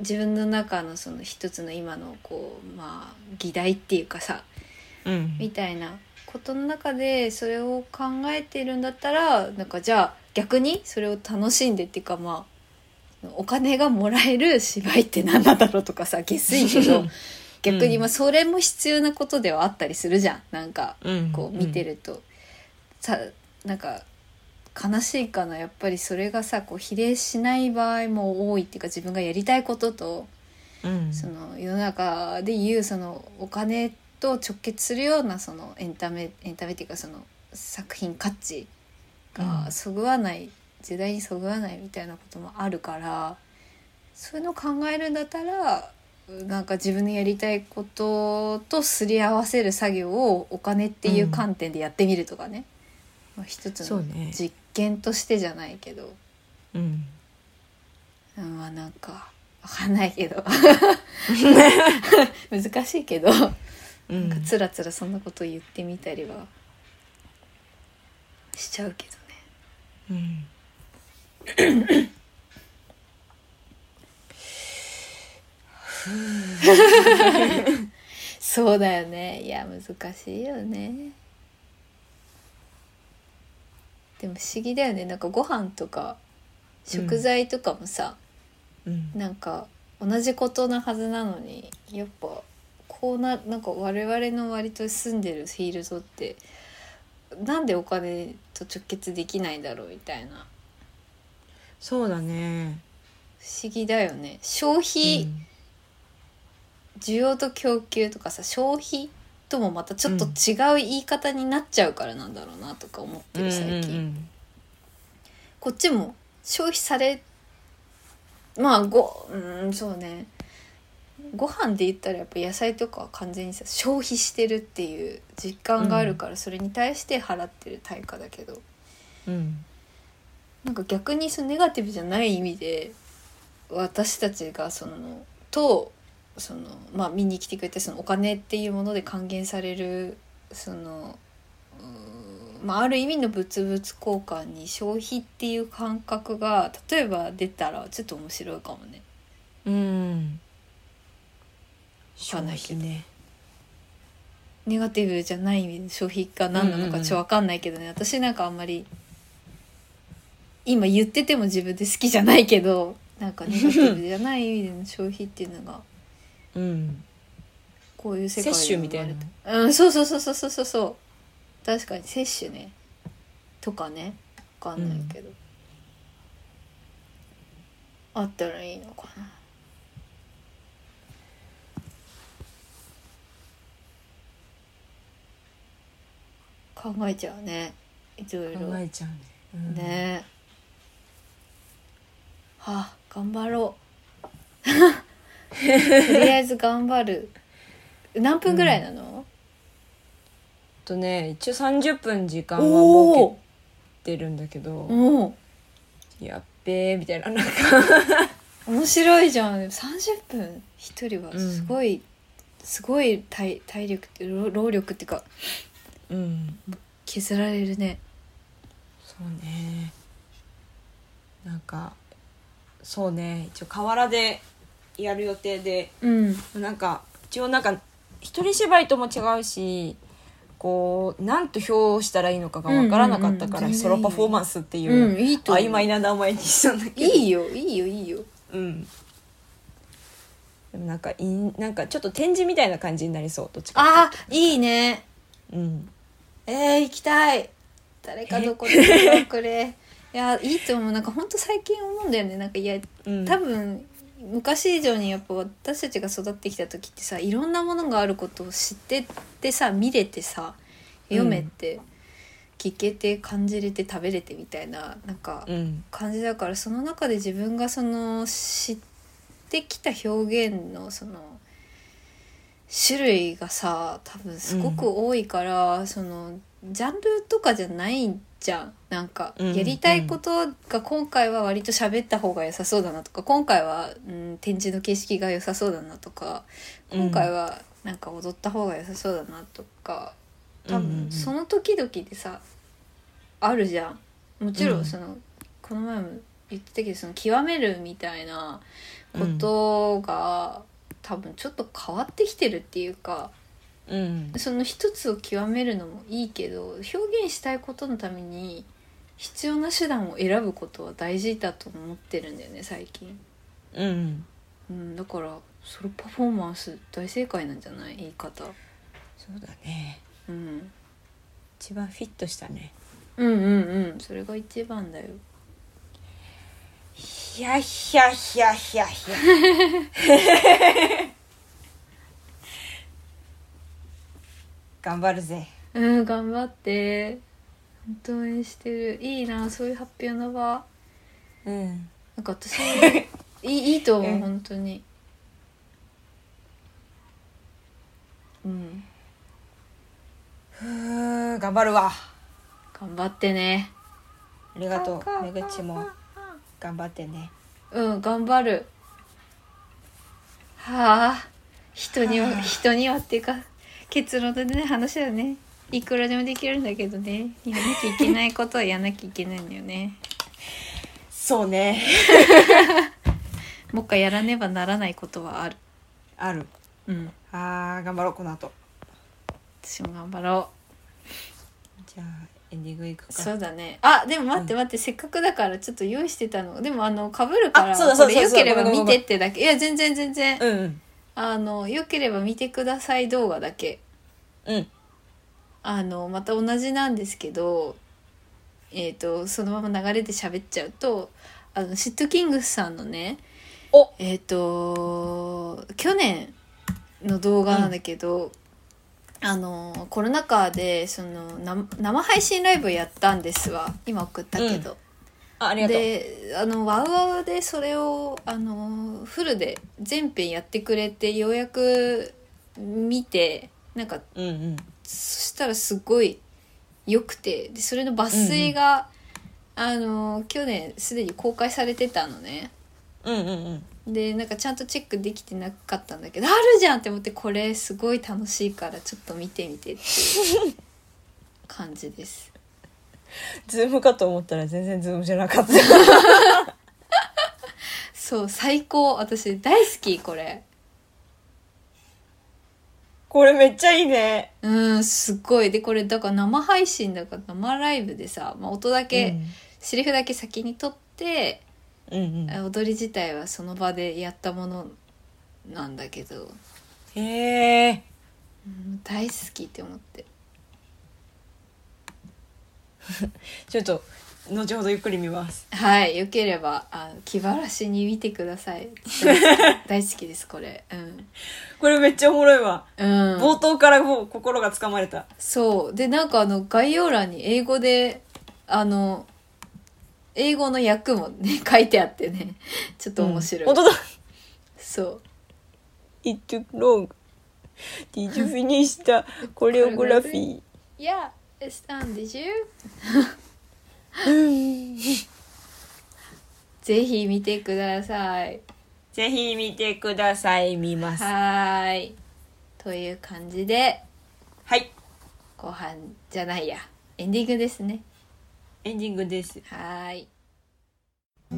Speaker 1: 自分の中のその一つの今のこうまあ議題っていうかさ
Speaker 2: うん
Speaker 1: みたいなことの中でそれを考えてるんだったらなんかじゃあ逆にそれを楽しんでっていうかまあお金がもらえる芝居って何なんだろうとかさ下水けど逆にまあそれも必要なことではあったりするじゃんなんか。
Speaker 2: うん
Speaker 1: こう見てると、さなんか悲しいかなやっぱりそれがさこう比例しない場合も多いっていうか自分がやりたいことと
Speaker 2: うん
Speaker 1: その世の中でいうそのお金と直結するようなそのエンタメエンタメっていうかその作品価値
Speaker 2: う
Speaker 1: が
Speaker 2: ん
Speaker 1: そぐわない、時代にそぐわないみたいなこともあるからそういうのを考えるんだったらなんか自分のやりたいこととすり合わせる作業をお金っていう観点でやってみるとかね、まあ、一つ
Speaker 2: そう
Speaker 1: の
Speaker 2: ね
Speaker 1: 実験としてじゃないけど、
Speaker 2: うん
Speaker 1: うんまあなんかわかんないけ ど難しいけど
Speaker 2: うん
Speaker 1: なんかつらつらそんなこと言ってみたりはしちゃうけどね。
Speaker 2: うん
Speaker 1: そうだよねいや難しいよねでも不思議だよねなんかご飯とか食材とかもさ、
Speaker 2: うん
Speaker 1: なんか同じことなはずなのにやっぱこうななんか我々の割と住んでるフィールドってなんでお金と直結できないんだろうみたいな
Speaker 2: そうだね
Speaker 1: 不思議だよね消費、需要と供給とかさ消費ともまたちょっと違う言い方になっちゃうからなんだろうなとか思って
Speaker 2: うん
Speaker 1: る最近、
Speaker 2: うん
Speaker 1: こっちも消費されまあごうんそうねご飯で言ったらやっぱ野菜とかは完全にさ消費してるっていう実感があるからそれに対して払ってる対価だけど、
Speaker 2: うんうん
Speaker 1: なんか逆にそのネガティブじゃない意味で私たちがそのとその、まあ、見に来てくれてそのお金っていうもので還元されるその、うーんまあ、ある意味の物々交換に消費っていう感覚が例えば出たらちょっと面白いかもね。
Speaker 2: うん
Speaker 1: かんないけど
Speaker 2: ね
Speaker 1: ネガティブじゃない意味で消費が何なのかちょっと分かんないけどね、私なんかあんまり今言ってても自分で好きじゃないけどなんかネガティブじゃない意味での消費っていうのが
Speaker 2: うん
Speaker 1: こういう世界
Speaker 2: 摂取みたいな
Speaker 1: なうんそうそうそうそうそうそうそう確かに摂取ねとかね分かんないけど、あったらいいのかな考えちゃうねいろいろ
Speaker 2: 考えちゃうね,、うん、
Speaker 1: ねはあ頑張ろ うとりあえず頑張る何分ぐらいなの、
Speaker 2: とね一応30分時間は
Speaker 1: お
Speaker 2: 設
Speaker 1: お
Speaker 2: けてるんだけど
Speaker 1: おお
Speaker 2: やっべえみたいななんか
Speaker 1: 面白いじゃん30分一人はすごい、すごい体体力って労労力っていうか
Speaker 2: うん
Speaker 1: 削られるね
Speaker 2: そうねなんかそうね一応河原でやる予定で
Speaker 1: うん
Speaker 2: なんか一応なんか一人芝居とも違うしこうなんと表したらいいのかが分からなかったか
Speaker 1: うんうん
Speaker 2: ら
Speaker 1: うん
Speaker 2: ソロパフォーマンスっていう、
Speaker 1: うんいいと思う
Speaker 2: 曖昧な名前にしたんだけど
Speaker 1: いいよいいよいいよ
Speaker 2: うんでもなんかいんなんかちょっと展示みたいな感じになりそうどっちか
Speaker 1: あーいいね
Speaker 2: うん
Speaker 1: えー、行きたい誰かどこで声をくれ いやいいと思うなんかほんと最近思うんだよねなんかいや
Speaker 2: うん
Speaker 1: 多分昔以上にやっぱ私たちが育ってきた時ってさいろんなものがあることを知ってってさ見れてさ読めて、聞けて感じれて食べれてみたいななんか
Speaker 2: うん
Speaker 1: 感じだからその中で自分がその知ってきた表現のその種類がさ多分すごく多いから、そのジャンルとかじゃないじゃんなんか
Speaker 2: うん
Speaker 1: やりたいことが今回は割と喋った方が良さそうだなとか今回は、うん、展示の形式が良さそうだなとか
Speaker 2: うん
Speaker 1: 今回はなんか踊った方が良さそうだなとか多
Speaker 2: うんうんう
Speaker 1: 分
Speaker 2: ん
Speaker 1: その時々でさあるじゃんもちろ
Speaker 2: うん
Speaker 1: んその、この前も言ってたけどその極めるみたいなことが、多分ちょっと変わってきてるっていうか
Speaker 2: うん
Speaker 1: その一つを極めるのもいいけど表現したいことのために必要な手段を選ぶことは大事だと思ってるんだよね最近、
Speaker 2: うん
Speaker 1: うん、だからソロパフォーマンス大正解なんじゃない言い方、
Speaker 2: そうだね
Speaker 1: うん、
Speaker 2: 一番フィットしたね
Speaker 1: うんうんうんそれが一番だよ
Speaker 2: ひやひやひやひやひや 頑張るぜ
Speaker 1: うん頑張って本当にしてるいいなそういう発表の場
Speaker 2: うん
Speaker 1: なんか私いいいいと思
Speaker 2: う
Speaker 1: うん本当にうん
Speaker 2: ふう頑張るわ
Speaker 1: 頑張ってね
Speaker 2: ありがとうめぐちも頑張ってね
Speaker 1: うん頑張るはあ人には
Speaker 2: はあ
Speaker 1: 人にはっていうか結論でね話だよねいくらでもできるんだけどねやらなきゃいけないことはやらなきゃいけないんだよね
Speaker 2: そうね
Speaker 1: もう一回やらねばならないことはある
Speaker 2: ある
Speaker 1: うん
Speaker 2: あー頑張ろうこの後
Speaker 1: 私も頑張ろ
Speaker 2: じゃあエンディングいく
Speaker 1: う
Speaker 2: か
Speaker 1: そうだねあでも待って待って、せっかくだからちょっと用意してたのでもあのかぶるから
Speaker 2: あそうだそう
Speaker 1: こ
Speaker 2: だ
Speaker 1: れよ
Speaker 2: そうだ
Speaker 1: ければ
Speaker 2: ごめんご
Speaker 1: 見
Speaker 2: めん
Speaker 1: てってだけいや全然全然、
Speaker 2: うんうん
Speaker 1: あのよければ見てください動画だけ
Speaker 2: うん
Speaker 1: あのまた同じなんですけど、えー、とそのまま流れで喋っちゃうとあのシットキングスさんのね
Speaker 2: お
Speaker 1: えっ、と去年の動画なんだけど、あのコロナ禍でそのな生配信ライブをやったんですわ今送ったけど、
Speaker 2: あありがとう
Speaker 1: であのワウワウでそれをあのフルで全編やってくれてようやく見てなんか
Speaker 2: うんうん
Speaker 1: そしたらすごい良くてでそれの抜粋が、あの去年すでに公開されてたのね
Speaker 2: うんうんうん
Speaker 1: でなんかちゃんとチェックできてなかったんだけどあるじゃんって思ってこれすごい楽しいからちょっと見てみてっていう感じです
Speaker 2: ズームかと思ったら全然ズームじゃなかった
Speaker 1: そう最高私大好きこれ
Speaker 2: これめっちゃいいね
Speaker 1: うんすごいでこれだから生配信だから生ライブでさ、まあ、音だけ、セリフだけ先に撮って
Speaker 2: うん、うんうん
Speaker 1: 踊り自体はその場でやったものなんだけど、
Speaker 2: へえ
Speaker 1: うん大好きって思って
Speaker 2: ちょっと後ほどゆっくり見ます
Speaker 1: はい、よければ、あの、気晴らしに見てくださ い。大好きです、これ。うん。
Speaker 2: これめっちゃおもろいわ、
Speaker 1: うん。
Speaker 2: 冒頭からもう心がつかまれた
Speaker 1: そうでなんかあの概要欄に英語であの英語の訳もね書いてあってねちょっと面白い、
Speaker 2: うん本当だ
Speaker 1: そう
Speaker 2: It took long Did you finish the choreography?
Speaker 1: Yeah it's done did you ぜひ見てください
Speaker 2: ぜひ見てください見ます
Speaker 1: はーいという感じで
Speaker 2: はい
Speaker 1: 後半じゃないやエンディングですね
Speaker 2: エンディングです
Speaker 1: はーい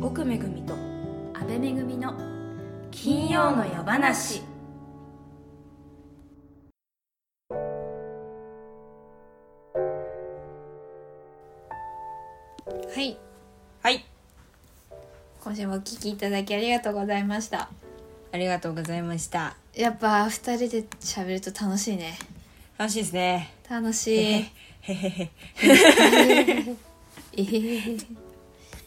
Speaker 3: 奥めぐみと安倍めぐみの金曜の夜話
Speaker 1: はい
Speaker 2: はい
Speaker 1: 今週もお聞きいただきありがとうございました
Speaker 2: ありがとうございました
Speaker 1: やっぱ二人で喋ると楽しいね
Speaker 2: 楽しいですね
Speaker 1: 楽しい
Speaker 2: へへへ
Speaker 1: え へへ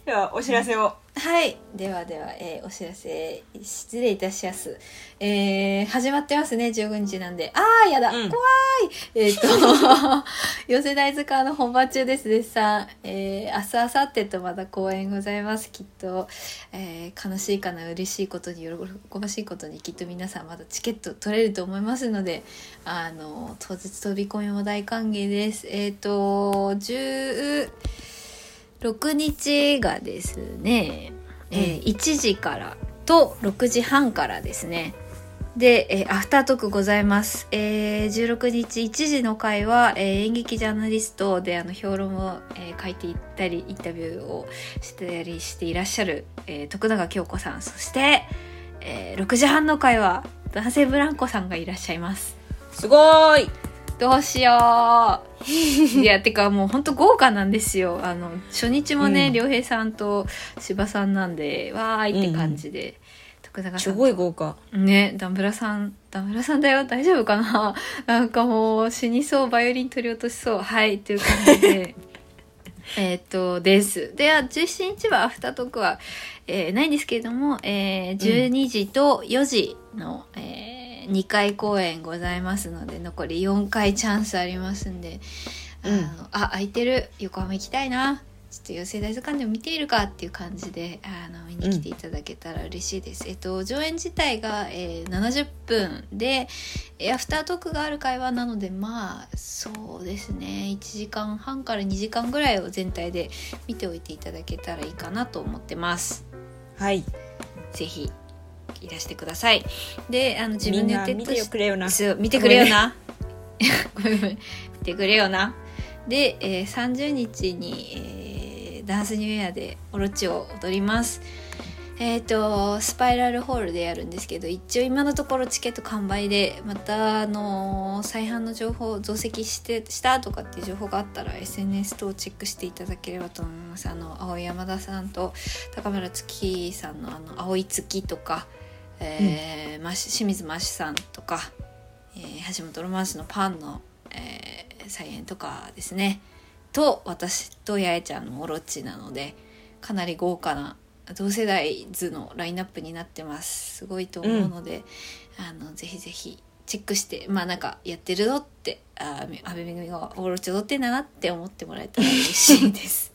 Speaker 2: ではお知らせを
Speaker 1: はいではでは、えーお知らせ失礼いたしやす、えー始まってますね15日なんでああやだ、
Speaker 2: うん
Speaker 1: 怖いえっ、と 寄せ大塚の本番中です絶賛、えー、明日明後日とまだ公演ございますきっと、えー悲しいかな嬉しいことに喜ばしいことにきっと皆さんまだチケット取れると思いますのであの当日飛び込みも大歓迎ですえっ、と10 6日がですね、えー1時からと6時半からですねで、えーアフタートークございます、えー16日1時の回は、えー演劇ジャーナリストであの評論を、えー書いていったりインタビューをしてたりしていらっしゃる、えー徳永京子さんそして、えー6時半の回は男性ブランコさんがいらっしゃいます
Speaker 2: すごーい
Speaker 1: どうしよういやてかもうほんと豪華なんですよあの初日も
Speaker 2: う
Speaker 1: ね
Speaker 2: ん
Speaker 1: 良、平さんと柴さんなんでわーいって感じで、徳永さ
Speaker 2: す
Speaker 1: ん
Speaker 2: ごい豪華
Speaker 1: ねダンブラさんダンブラさんだよ大丈夫かな なんかもう死にそうバイオリン取り落としそうはいという感じ でえーっとですでは17日はアフタートークは、えーないんですけれども、えー12時と4時の、え2回公演ございますので残り4回チャンスありますんで、あの
Speaker 2: うん
Speaker 1: あ空いてる横浜行きたいなちょっと寄せ大図鑑でも見ているかっていう感じであの見に来ていただけたら嬉しいです、えっと上演自体が、えー70分でえーアフタートークがある会話なのでまあそうですね1時間半から2時間ぐらいを全体で見ておいていただけたらいいかなと思ってます
Speaker 2: はい
Speaker 1: ぜひいらしてくださいであの自
Speaker 2: み
Speaker 1: 分
Speaker 2: ん
Speaker 1: で
Speaker 2: な
Speaker 1: 予定
Speaker 2: 見
Speaker 1: と
Speaker 2: てよ
Speaker 1: して
Speaker 2: くれよな
Speaker 1: そう見てくれよな ごめんごめん見てくれよなで、えー、30日に、えーダンスニューイヤーでオロチを踊りますえっ、とスパイラルホールでやるんですけど一応今のところチケット完売でまたあのー再販の情報増席してしたとかっていう情報があったら SNS 等をチェックしていただければと思いますあの青山田さんと高村月さんの「あの青い月」とか、えーマシ清水真志さんとか、えー橋本ロマンスのパンの、えー再演とかですねと私と八重ちゃんのオロチなのでかなり豪華な同世代図のラインナップになってますすごいと思うので、あのぜひぜひチェックしてまあなんかやってるぞってあー阿部めぐみがオロチ踊ってんだなって思ってもらえたら嬉しいです。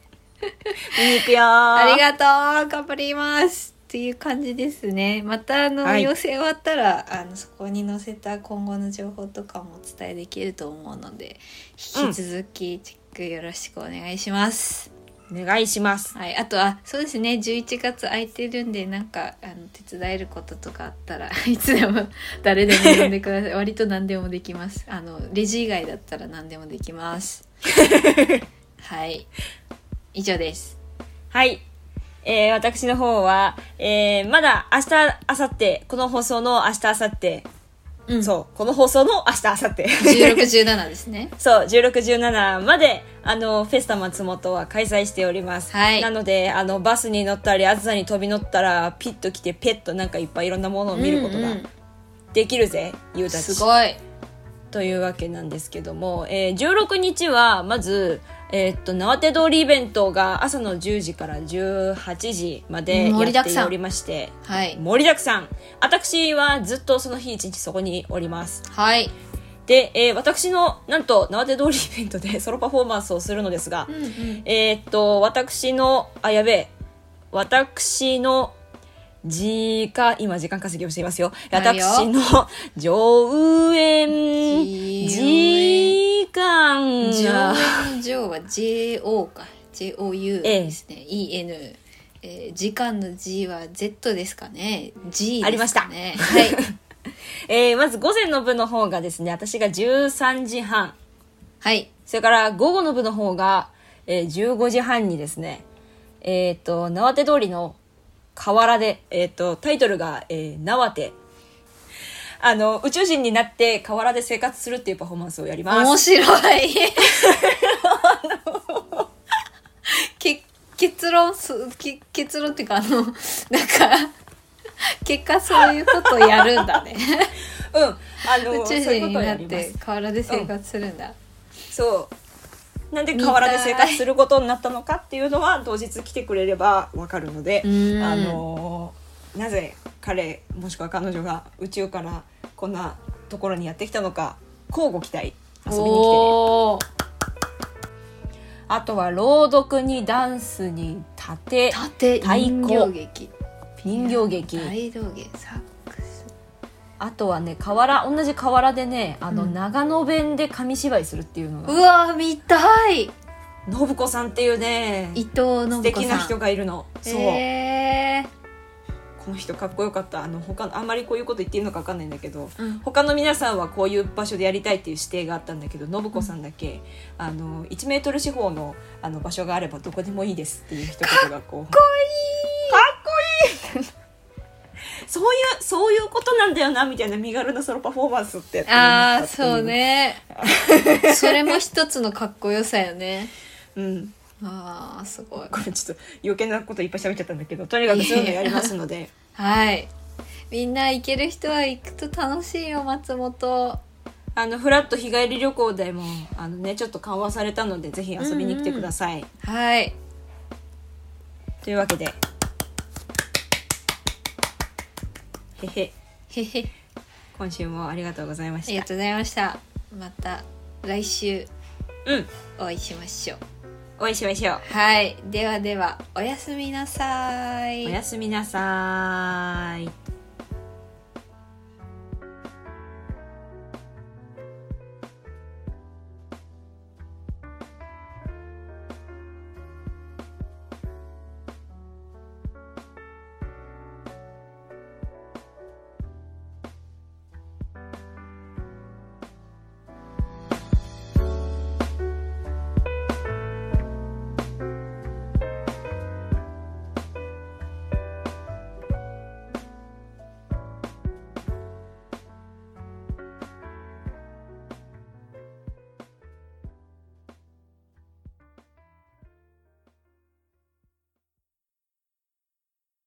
Speaker 2: 見に行くよー
Speaker 1: あり
Speaker 2: が
Speaker 1: がとう頑張りますっていう感じですね。またあの、
Speaker 2: はい
Speaker 1: 要請終わったらあのそこに載せた今後の情報とかもお伝えできると思うので引き続きチェックよろしくお願いします。
Speaker 2: お願いします
Speaker 1: はい、あとあそうですね11月空いてるんでなんかあの手伝えることとかあったら いつでも誰でも呼んでく ださい割と何でもできますあのレジ以外だったら何でもできます はい以上です
Speaker 2: はい。えー私の方は、えーまだ明日、明後日、この放送の明日、明後日、
Speaker 1: うん
Speaker 2: そう、この放送の明日、明後日。
Speaker 1: 16、17ですね。
Speaker 2: そう、16、17まで、あの、フェスタ松本は開催しております。
Speaker 1: はい
Speaker 2: なので、あの、バスに乗ったり、あずさに飛び乗ったら、ピッと来て、ペッとなんかいっぱいいろんなものを見ること
Speaker 1: うんう
Speaker 2: が
Speaker 1: ん
Speaker 2: できるぜ、ゆうたち。
Speaker 1: すごい。
Speaker 2: というわけなんですけども、えー16日はまず、えーっと縄手通りイベントが朝の10時から18時まで
Speaker 1: 盛りだ
Speaker 2: やっ
Speaker 1: く
Speaker 2: て
Speaker 1: さん
Speaker 2: おりまして
Speaker 1: はい。
Speaker 2: 盛りだくさん私はずっとその日一日そこにおります
Speaker 1: はい。
Speaker 2: で、えー私のなんと縄手通りイベントでソ ロパフォーマンスをするのですが、えーっと私のあやべえ私の時間今時間稼ぎをしていますよ
Speaker 1: はいよ
Speaker 2: 私の上演時間
Speaker 1: 上
Speaker 2: が
Speaker 1: 演上は JO か JOU
Speaker 2: ええ
Speaker 1: ですね EN、えー時間の G は Z ですかね G ですかね
Speaker 2: ありました
Speaker 1: はい
Speaker 2: えーまず午前の部の方がですね私が13時半
Speaker 1: はい
Speaker 2: それから午後の部の方が、えー15時半にですねえっ、と縄手通りの河原で、えー、とタイトルが「えー縄手」あの宇宙人になって河原で生活するっていうパフォーマンスをやります
Speaker 1: 面白 いけ結論すけ結論っていうかあのなんか結果そういうことをやるんだね
Speaker 2: うんあの
Speaker 1: 宇宙
Speaker 2: そうい
Speaker 1: 人
Speaker 2: うこ
Speaker 1: に
Speaker 2: とをや
Speaker 1: なっ
Speaker 2: りま
Speaker 1: て
Speaker 2: す
Speaker 1: 河原で生活するんだ、
Speaker 2: そうなんで河原で生活することになったのかっていうのは当日来てくれればわかるので、
Speaker 1: うん
Speaker 2: あのーなぜ彼もしくは彼女が宇宙からこんなところにやってきたのか交互期待遊びに来てね
Speaker 1: おお
Speaker 2: あとは朗読にダンスに立て
Speaker 1: 縦
Speaker 2: 太鼓
Speaker 1: 人形劇
Speaker 2: 人形劇
Speaker 1: 大道芸サックス
Speaker 2: あとはね河原同じ河原でねあの
Speaker 1: うん
Speaker 2: 長野弁で紙芝居するっていうの
Speaker 1: う
Speaker 2: が
Speaker 1: わ見たい
Speaker 2: 信子さんっていうね
Speaker 1: 伊藤信子さ
Speaker 2: 素
Speaker 1: ん
Speaker 2: 敵な人がいるの。そう、
Speaker 1: へ
Speaker 2: この人かっこよかったあの他のあんまりこういうこと言っていいのかわかんないんだけど
Speaker 1: ーうん
Speaker 2: 他の皆さんはこういう場所でやりたいっていう指定があったんだけど信子さんだけあの1メートル四方のあの場所があればどこでもいいですっていう一言がこうかっこいいかっこいいそういうそういうことなんだよなみたいな身軽なソロパフォーマンスって
Speaker 1: ああ
Speaker 2: って思った
Speaker 1: そう
Speaker 2: ってい
Speaker 1: ねそれも一つのかっこよさよね
Speaker 2: うん
Speaker 1: ああすごい
Speaker 2: これちょっと余計なこといっぱい喋っちゃったんだけどとにかくそういうのやりますので
Speaker 1: はいみんな行ける人は行くと楽しいよ松本
Speaker 2: あのフラット日帰り旅行でもあのねちょっと緩和されたのでぜひ遊びに来てください、
Speaker 1: はい
Speaker 2: というわけでへへ
Speaker 1: へへ
Speaker 2: 今週もありがとうござい
Speaker 1: あ
Speaker 2: ま
Speaker 1: り
Speaker 2: し
Speaker 1: が
Speaker 2: た
Speaker 1: とうございましたまた来週
Speaker 2: うん
Speaker 1: お会いしましょう
Speaker 2: お会いしましょう
Speaker 1: はいではではおやすみなさい
Speaker 2: おやすみなさーい